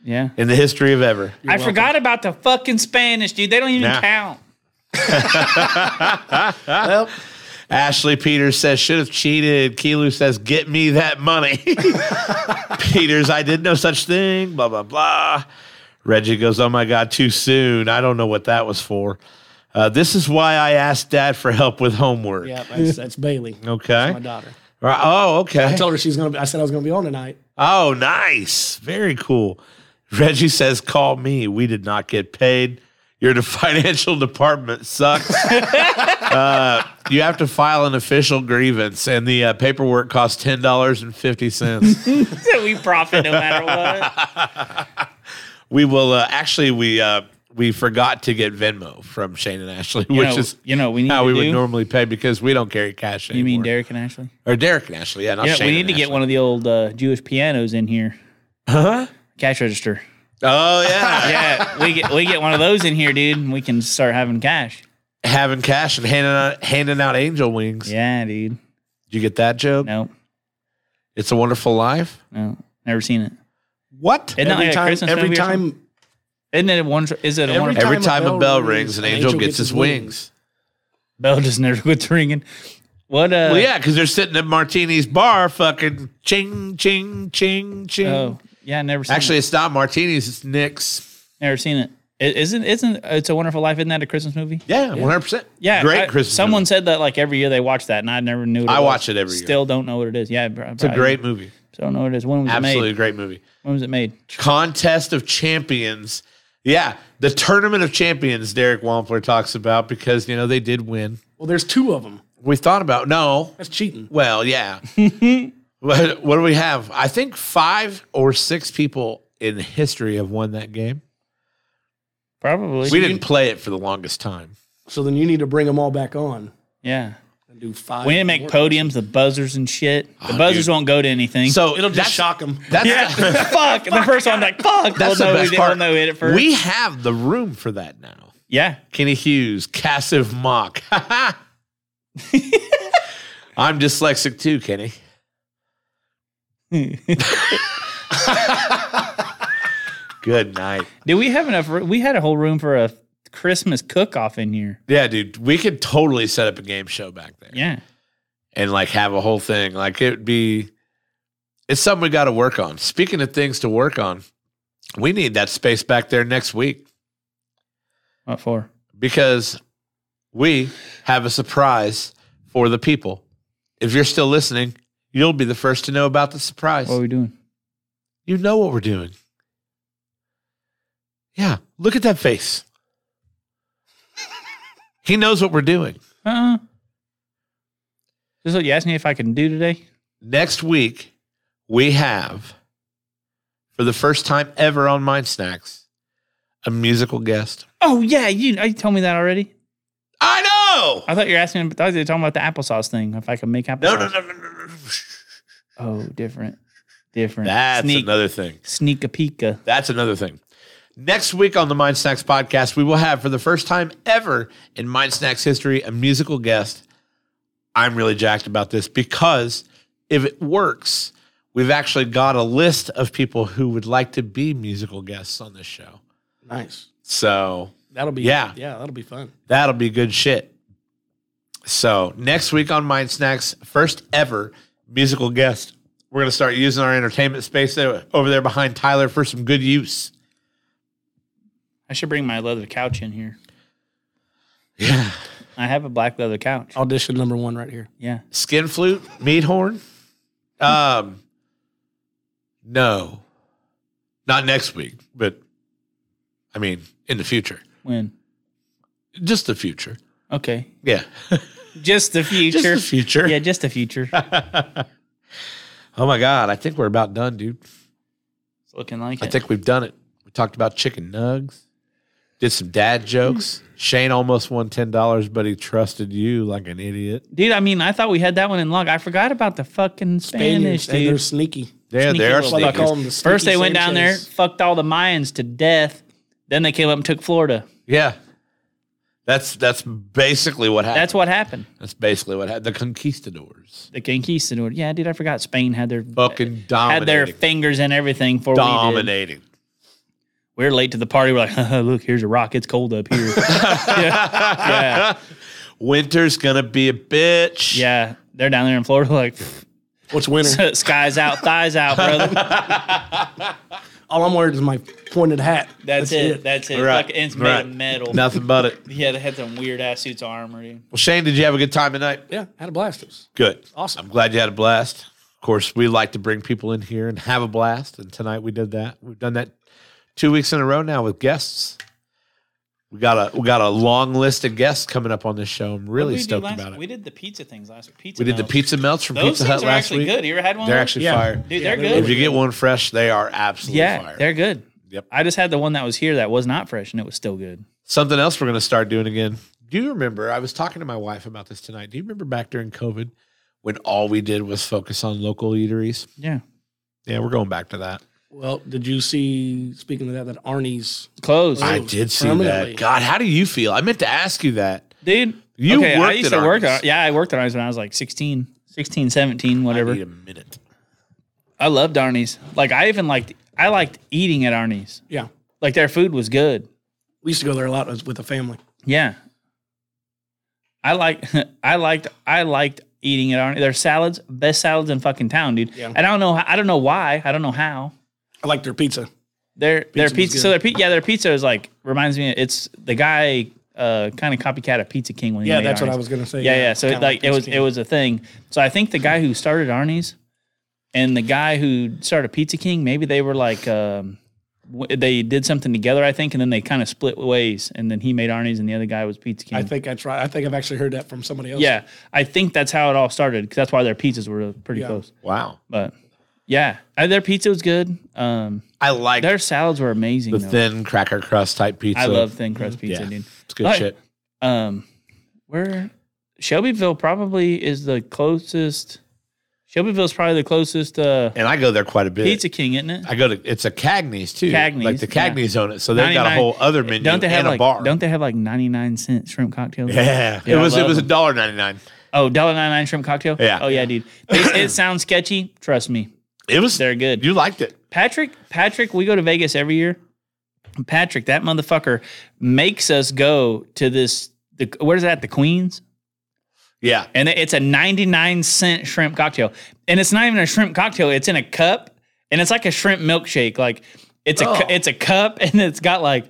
Yeah. in the history of ever. I forgot about the fucking Spanish, dude. They don't even Nah. count. Yeah. Well, Ashley Peters says, should have cheated. Keelu says, get me that money. Peters, I did no such thing. Blah, blah, blah. Reggie goes, oh my God, too soon. I don't know what that was for. Uh, this is why I asked dad for help with homework. yeah, that's, that's Bailey, Okay. my daughter. Right. Oh, okay. I told her she's gonna. Be, I said I was gonna be on tonight. Oh, nice. Very cool. Reggie says, call me. We did not get paid. Your de- financial department sucks. Uh, you have to file an official grievance, and the uh, paperwork costs $10.50. So we profit no matter what. we will uh, actually, we. Uh, we forgot to get Venmo from Shane and Ashley, which know- is you know, we need how to we would do- normally pay because we don't carry cash You anymore. mean Derek and Ashley? or Derek and Ashley? Yeah, not Yeah, Shane. we need to get one of the old uh, Jewish pianos in here. Huh? Cash register. Oh yeah, Yeah, we get we get one of those in here, dude, and we can start having cash. having cash and handing out handing out angel wings. Yeah, dude. Did you get that joke? No, It's a Wonderful Life. no, never seen it. What? Isn't it Every like a time, Christmas every movie or something? time, Isn't it one? Is it a Every one? time Every a time a bell bell rings, rings, an angel gets his wings. Bell just never quits ringing. What? Uh, Well, yeah, because they're sitting at Martini's bar, fucking ching, ching, ching, ching. Oh, yeah, never seen. Actually, it. it's not Martini's; it's Nick's. never seen it. I- Isn't isn't It's a Wonderful Life? Isn't that a Christmas movie? Yeah, one hundred percent. Yeah, great I- Christmas. Someone movie. said that like every year they watch that, and I never knew. What I was. watch it every year. Still don't know what it is. Yeah, it's a great movie. Don't know what it is. When was Absolutely it made? great movie. When was it made? Contest of Champions. Yeah, the Tournament of Champions. Derek Wampler talks about because you know they did win. Well, there's two of them. We thought about no. That's cheating. Well, yeah. what, what do we have? I think five or six people in history have won that game. Probably. We didn't play it for the longest time. So then you need to bring them all back on Yeah. and do five. We need to make more. podiums, the buzzers and shit. The buzzers Oh, dude. won't go to anything. So It'll just that's- shock them. That's yeah, fuck. The first one, like fuck. that's we'll the know best who, part. We'll know who hit it first. We have the room for that now. yeah, Kenny Hughes, Cassiv Mock. I'm dyslexic too, Kenny. Good night. Did we have enough? ro- We had a whole room for a Christmas cook-off in here. Yeah, dude, we could totally set up a game show back there. Yeah, and like have a whole thing. Like it would be, it's something we got to work on. Speaking of things to work on, we need that space back there next week what for? because we have a surprise for the people. If you're still listening, you'll be the first to know about the surprise. What are we doing? you know what we're doing. Yeah, look at that face. he knows what we're doing. Uh. uh Just what you asked me if I can do today. next week we have for the first time ever on mind snacks a musical guest Oh yeah, you. You told me that already. i know I thought you were asking. I thought you were talking about the applesauce thing. If I can make applesauce. no no no no no no Oh, different, different. that's sneak, another thing sneak a peek. that's another thing Next week on the Mind Snacks podcast, we will have, for the first time ever in Mind Snacks history, a musical guest. I'm really jacked about this because if it works, we've actually got a list of people who would like to be musical guests on this show. Nice. So That'll be Yeah. Yeah, that'll be fun. That'll be good shit. So next week on Mind Snacks, first ever musical guest. We're gonna start using our entertainment space there, over there behind Tyler for some good use. I should bring my leather couch in here. Yeah. I have a black leather couch. Oh. Audition number one right here. Yeah. Skin flute, meat horn. Um. No. Not next week, but I mean in the future. When? Just the future. Okay. Yeah. Just the future. Just the future. Yeah, just the future. Oh my god, I think we're about done, dude. It's looking like I it. think we've done it. We talked about chicken nugs, did some dad jokes. Shane almost won ten dollars, but he trusted you like an idiot. Dude, I mean, I thought we had that one in luck. I forgot about the fucking Spanish, Hey, they're dude. sneaky. There, Sneaky there are little Why do I call sneakers. them the sneaky First, they went down there, Sanchez? fucked all the Mayans to death. Then they came up and took Florida. Yeah, that's that's basically what happened. That's what happened. that's basically what happened. The conquistadors The Conquistador. Yeah, dude, I forgot Spain had their fucking had dominating, their fingers in everything for we did. dominating. We We're late to the party. We're like, look, here's a rock. It's cold up here. yeah. yeah, Winter's gonna be a bitch. yeah. They're down there in Florida, like What's winter? skies out, thighs out, brother. All I'm wearing is my pointed hat. That's it. That's it. Right, Fuck, and it's made right. of metal. nothing but it. Yeah, they had some weird ass suits of armor. Dude. Well, Shane, did you have a good time tonight? Yeah, had a blast. It was Good. awesome. I'm glad you had a blast. Of course, we like to bring people in here and have a blast. And tonight we did that. We've done that two weeks in a row now with guests. We got a we got a long list of guests coming up on this show. I'm really stoked about it. We We, did the pizza things last week. Pizza. did the melts. pizza melts from Those Pizza things Hut are last actually week. good. You ever had one? They're of actually Yeah. fire. those? dude. They're they're good. If you get one fresh, they are absolutely yeah, fire. they're good. Yep. I just had the one that was here that was not fresh and it was still good. Something else we're going to start doing again. Do you remember? I was talking to my wife about this tonight. Do you remember back during COVID when all we did was focus on local eateries? Yeah. Yeah, we're going back to that. Well, did you see? Speaking of that, that Arnie's Closed. I Ooh, did see permanently. that. God, how do you feel? I meant to ask you that. Dude, You I worked used at to work. Arby's. At, yeah, I worked at Arnie's when I was like 16, 16, 17, I whatever. need a minute. I loved Arnie's. Like I even liked I liked eating at Arnie's. Yeah. Like their food was good. We used to go there a lot as- with the family. Yeah. I like I liked I liked eating at Arnie. Their salads, best salads in fucking town, dude. Yeah. And I don't know I don't know why. I don't know how. I liked their pizza. Their their Pizza was pizza so good. their pizza yeah, their pizza is like reminds me it's the guy uh kind of copycat of Pizza King when he Yeah, made that's what I Arnie's. was gonna say. yeah, yeah. So it, Kinda like it Pizza was King. it was a thing. So I think the guy who started Arnie's and the guy who started Pizza King, maybe they were like um, w- they did something together, I think, and then they kind of split ways, and then he made Arnie's and the other guy was Pizza King. I think that's right. I think I've actually heard that from somebody else. yeah, I think that's how it all started. 'cause that's why their pizzas were pretty Yeah. close. Wow. But yeah, uh, their pizza was good. Um, I like their salads were amazing. the though. thin cracker crust type pizza. I love thin crust pizza, mm-hmm. Yeah. dude. It's good Like- shit. um where Shelbyville probably is the closest Shelbyville is probably the closest uh And I go there quite a bit. Pizza King, isn't it? I go to it's a Cagney's too. Cagney's, Like the yeah. Cagney's own it. So they've got a 99 whole other menu Don't they have and a like bar. don't they have like 99 cent shrimp cocktails? yeah. Yeah, It I was it love was a them. dollar ninety nine. Oh, $1.99 shrimp cocktail? Yeah. Oh yeah, dude. It, it sounds sketchy, trust me. It was They're good. You liked it. Patrick, Patrick, we go to Vegas every year. Patrick, that motherfucker makes us go to this the where's that? The Queens? Yeah. and it- it's a 99 cent shrimp cocktail and it's not even a shrimp cocktail it's in a cup and it's like a shrimp milkshake like it's a cu- Oh. it's a cup and it's got like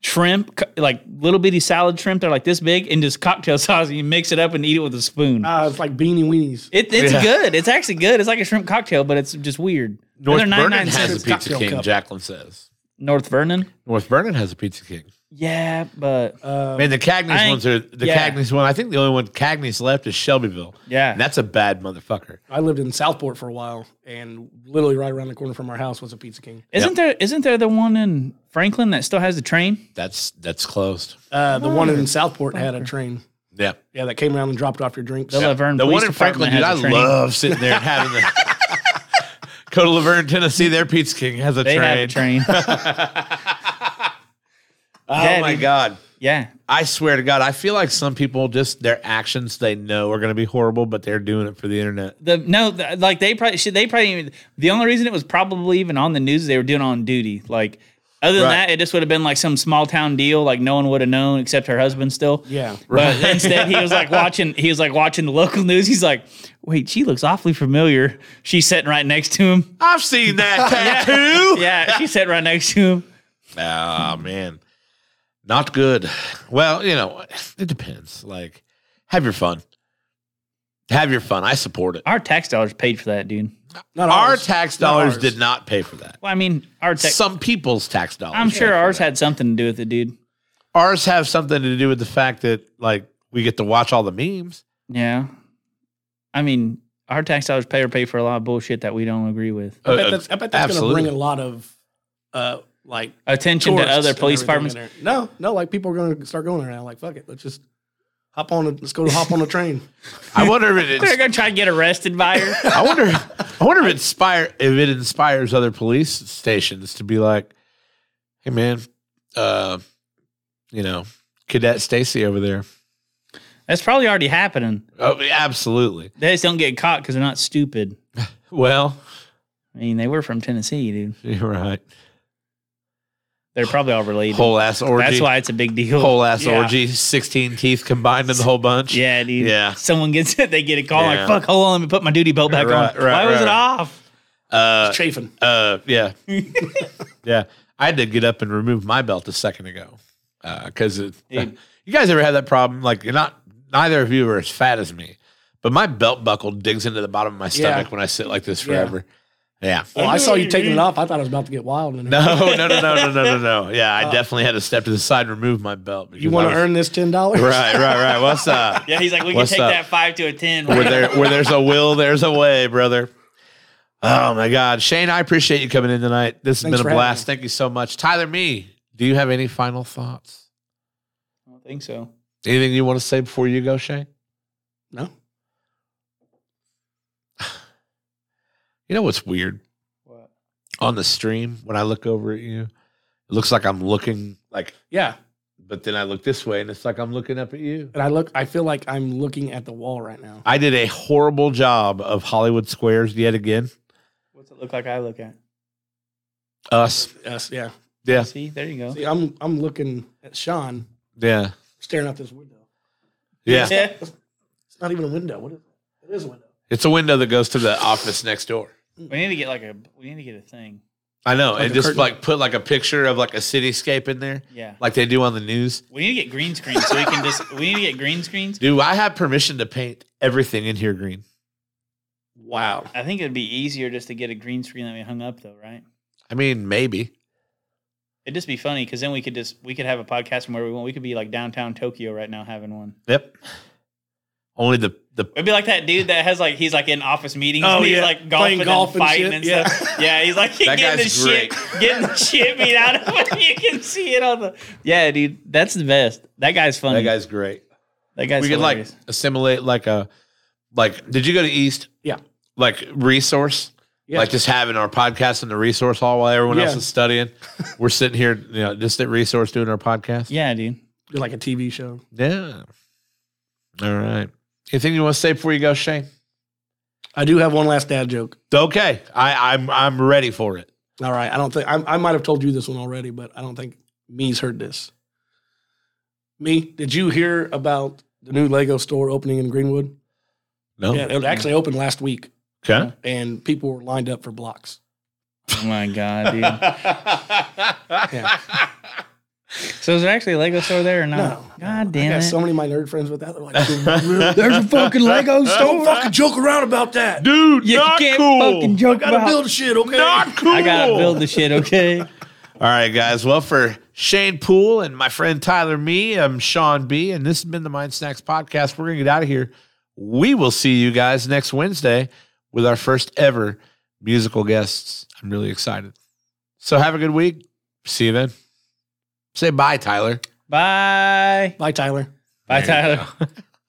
shrimp cu- like little bitty salad shrimp they're like this big and just cocktail sauce and you mix it up and eat it with a spoon Ah, it's like beanie weenies. it, it's Uh, Yeah. good it's actually good it's like a shrimp cocktail but it's just weird And North they're Vernon has a cents. pizza cocktail king, cup. Jacqueline says. north vernon North Vernon has a pizza king. yeah but Uh, Man, the I Cagney's ain't- ones are the yeah. Cagney's one. I think the only one Cagney's left is Shelbyville. Yeah. And that's a bad motherfucker. I lived in Southport for a while, and literally right around the corner from our house was a Pizza King. isn't there isn't there the one in franklin that still has the train That's that's closed. Uh, the one in Southport had a train. Yeah. Yeah, that came around and dropped off your drinks. the laverne The Police one in Franklin, Department dude, I has a train. love sitting there and having the go to Laverne, Tennessee. Their Pizza King has a they train. have a train Oh Yeah, my dude. god. Yeah. I swear to God, I feel like some people just their actions they know are going to be horrible, but they're doing it for the internet. The no, the, like they probably should. They probably even, the only reason it was probably even on the news is they were doing it on duty. Like other than Right. that, it just would have been like some small town deal. Like no one would have known except her husband still. Yeah. But instead, he was like watching. He was like watching the local news. He's like, "Wait, she looks awfully familiar. She's sitting right next to him. I've seen that tattoo. Yeah, she's sitting right next to him. Oh man, not good. Well, you know, it depends. Like, have your fun. Have your fun. I support it. Our tax dollars paid for that, dude. Not Our ours. tax dollars ours. did not pay for that. Well, I mean, our tax. Some people's tax dollars. I'm paid sure for ours that. had something to do with it, dude. ours have something to do with the fact that like we get to watch all the memes. Yeah. I mean, our tax dollars pay or pay for a lot of bullshit that we don't agree with. I bet that's, I bet that's going to Uh, Absolutely. bring a lot of uh, like Attention to tourists other and police everything in departments. there. No, no, like people are going to start going there now. Like fuck it, let's just hop on. A, let's go to hop on a train. I wonder if They're it's gonna try to get arrested by her. I wonder. I wonder if it inspire if it inspires other police stations to be like, "Hey, man, uh, you know, Cadet Stacy over there." That's probably already happening. Oh, absolutely. They just don't get caught because they're not stupid. Well, I mean, they were from Tennessee, dude. you're right. They're probably all related. Whole ass orgy. That's why it's a big deal. Whole ass Yeah. orgy. Sixteen teeth combined in the whole bunch. yeah, dude. Yeah. Someone gets it, they get a call Yeah. like, "Fuck, hold on, let me put my duty belt back Right, on." right, why was right. it off? Uh, Chafing. uh, yeah. yeah. I had to get up and remove my belt a second ago because it Dude. you guys ever had that problem? Like you're not neither of you are as fat as me, but my belt buckle digs into the bottom of my stomach when I sit like this Yeah. forever. Yeah. Well, I saw you taking it off. I thought I was about to get wild. In there. No, no, no, no, no, no, no, no. Yeah, I definitely had to step to the side and remove my belt. Uh, You because I want to was- earn this ten dollars? Right, right, right. uh, What's up? Yeah, he's like, "We What's can take up? that five to a ten. where there where there's a will, there's a way, brother. Oh my God, Shane, I appreciate you coming in tonight. This has Thanks been for a having blast. me. Thank you so much, Tyler. Me, do you have any final thoughts? I don't think so. Anything you want to say before you go, Shane? No. You know what's weird? What? On the stream, when I look over at you, it looks like I'm looking like, Yeah. but then I look this way, and it's like I'm looking up at you. And I look. I feel like I'm looking at the wall right now. I did a horrible job of Hollywood Squares yet again. What's it look like? I look at. Us, Yes. Yeah. yeah, See, there you go. See, I'm I'm looking at Sean yeah, staring out this window. yeah. Yeah. It's not even a window. What is it? It is a window. It's a window that goes to the office next door. We need to get like a we need to get a thing. I know, Like and a just curtain. like put like a picture of like a cityscape in there, Yeah. like they do on the news. We need to get green screens so we can just we need to get green screens. Do I have permission to paint everything in here green? Wow. I think it'd be easier just to get a green screen that we hung up though, right? I mean, maybe. It'd just be funny because then we could just we could have a podcast from where we want. We could be like downtown Tokyo right now having one. Yep. Only the the It'd be like that dude that has like he's like in office meetings. Oh, and he's yeah. like Playing golfing golf and and fighting shit, and stuff. Yeah, he's like getting the guy's shit getting the shit beat out of him. You can see it on the Yeah, dude. That's the best. That guy's funny. that That, guy, guy's great. that guy's we could like hilarious. assimilate like a like. Did you go to East? Yeah. Like resource. Yeah. Like just having our podcast in the resource hall while everyone else Yeah. is studying. We're sitting here, you know, just at resource doing our podcast. Yeah, dude. You're like a TV show. Yeah. All right. Anything you want to say before you go, Shane? I do have one last dad joke. Okay, I, I'm I'm ready for it. All right. I don't think I, I might have told you this one already, but I don't think me's heard this. Me, did you hear about the new Lego store opening in Greenwood? Oh. No. Yeah, it actually opened last week, Okay. and people were lined up for blocks. Oh my god, dude. So is there actually a Lego store there or not? No. God I damn got it. so many of my nerd friends with that. They're like, "There's a fucking Lego store. Don't fucking joke around about that. Dude, you not can't cool. fucking joke Gotta about build shit, okay? not cool. I gotta build the shit, okay? All right, guys. Well, for Shane Poole and my friend Tyler Me, I'm Sean B, and this has been the Mind Snacks Podcast. We're gonna get out of here. We will see you guys next Wednesday with our first ever musical guests. I'm really excited. So have a good week. See you then. Say bye, Tyler. Bye. Bye, Tyler. Bye, Tyler.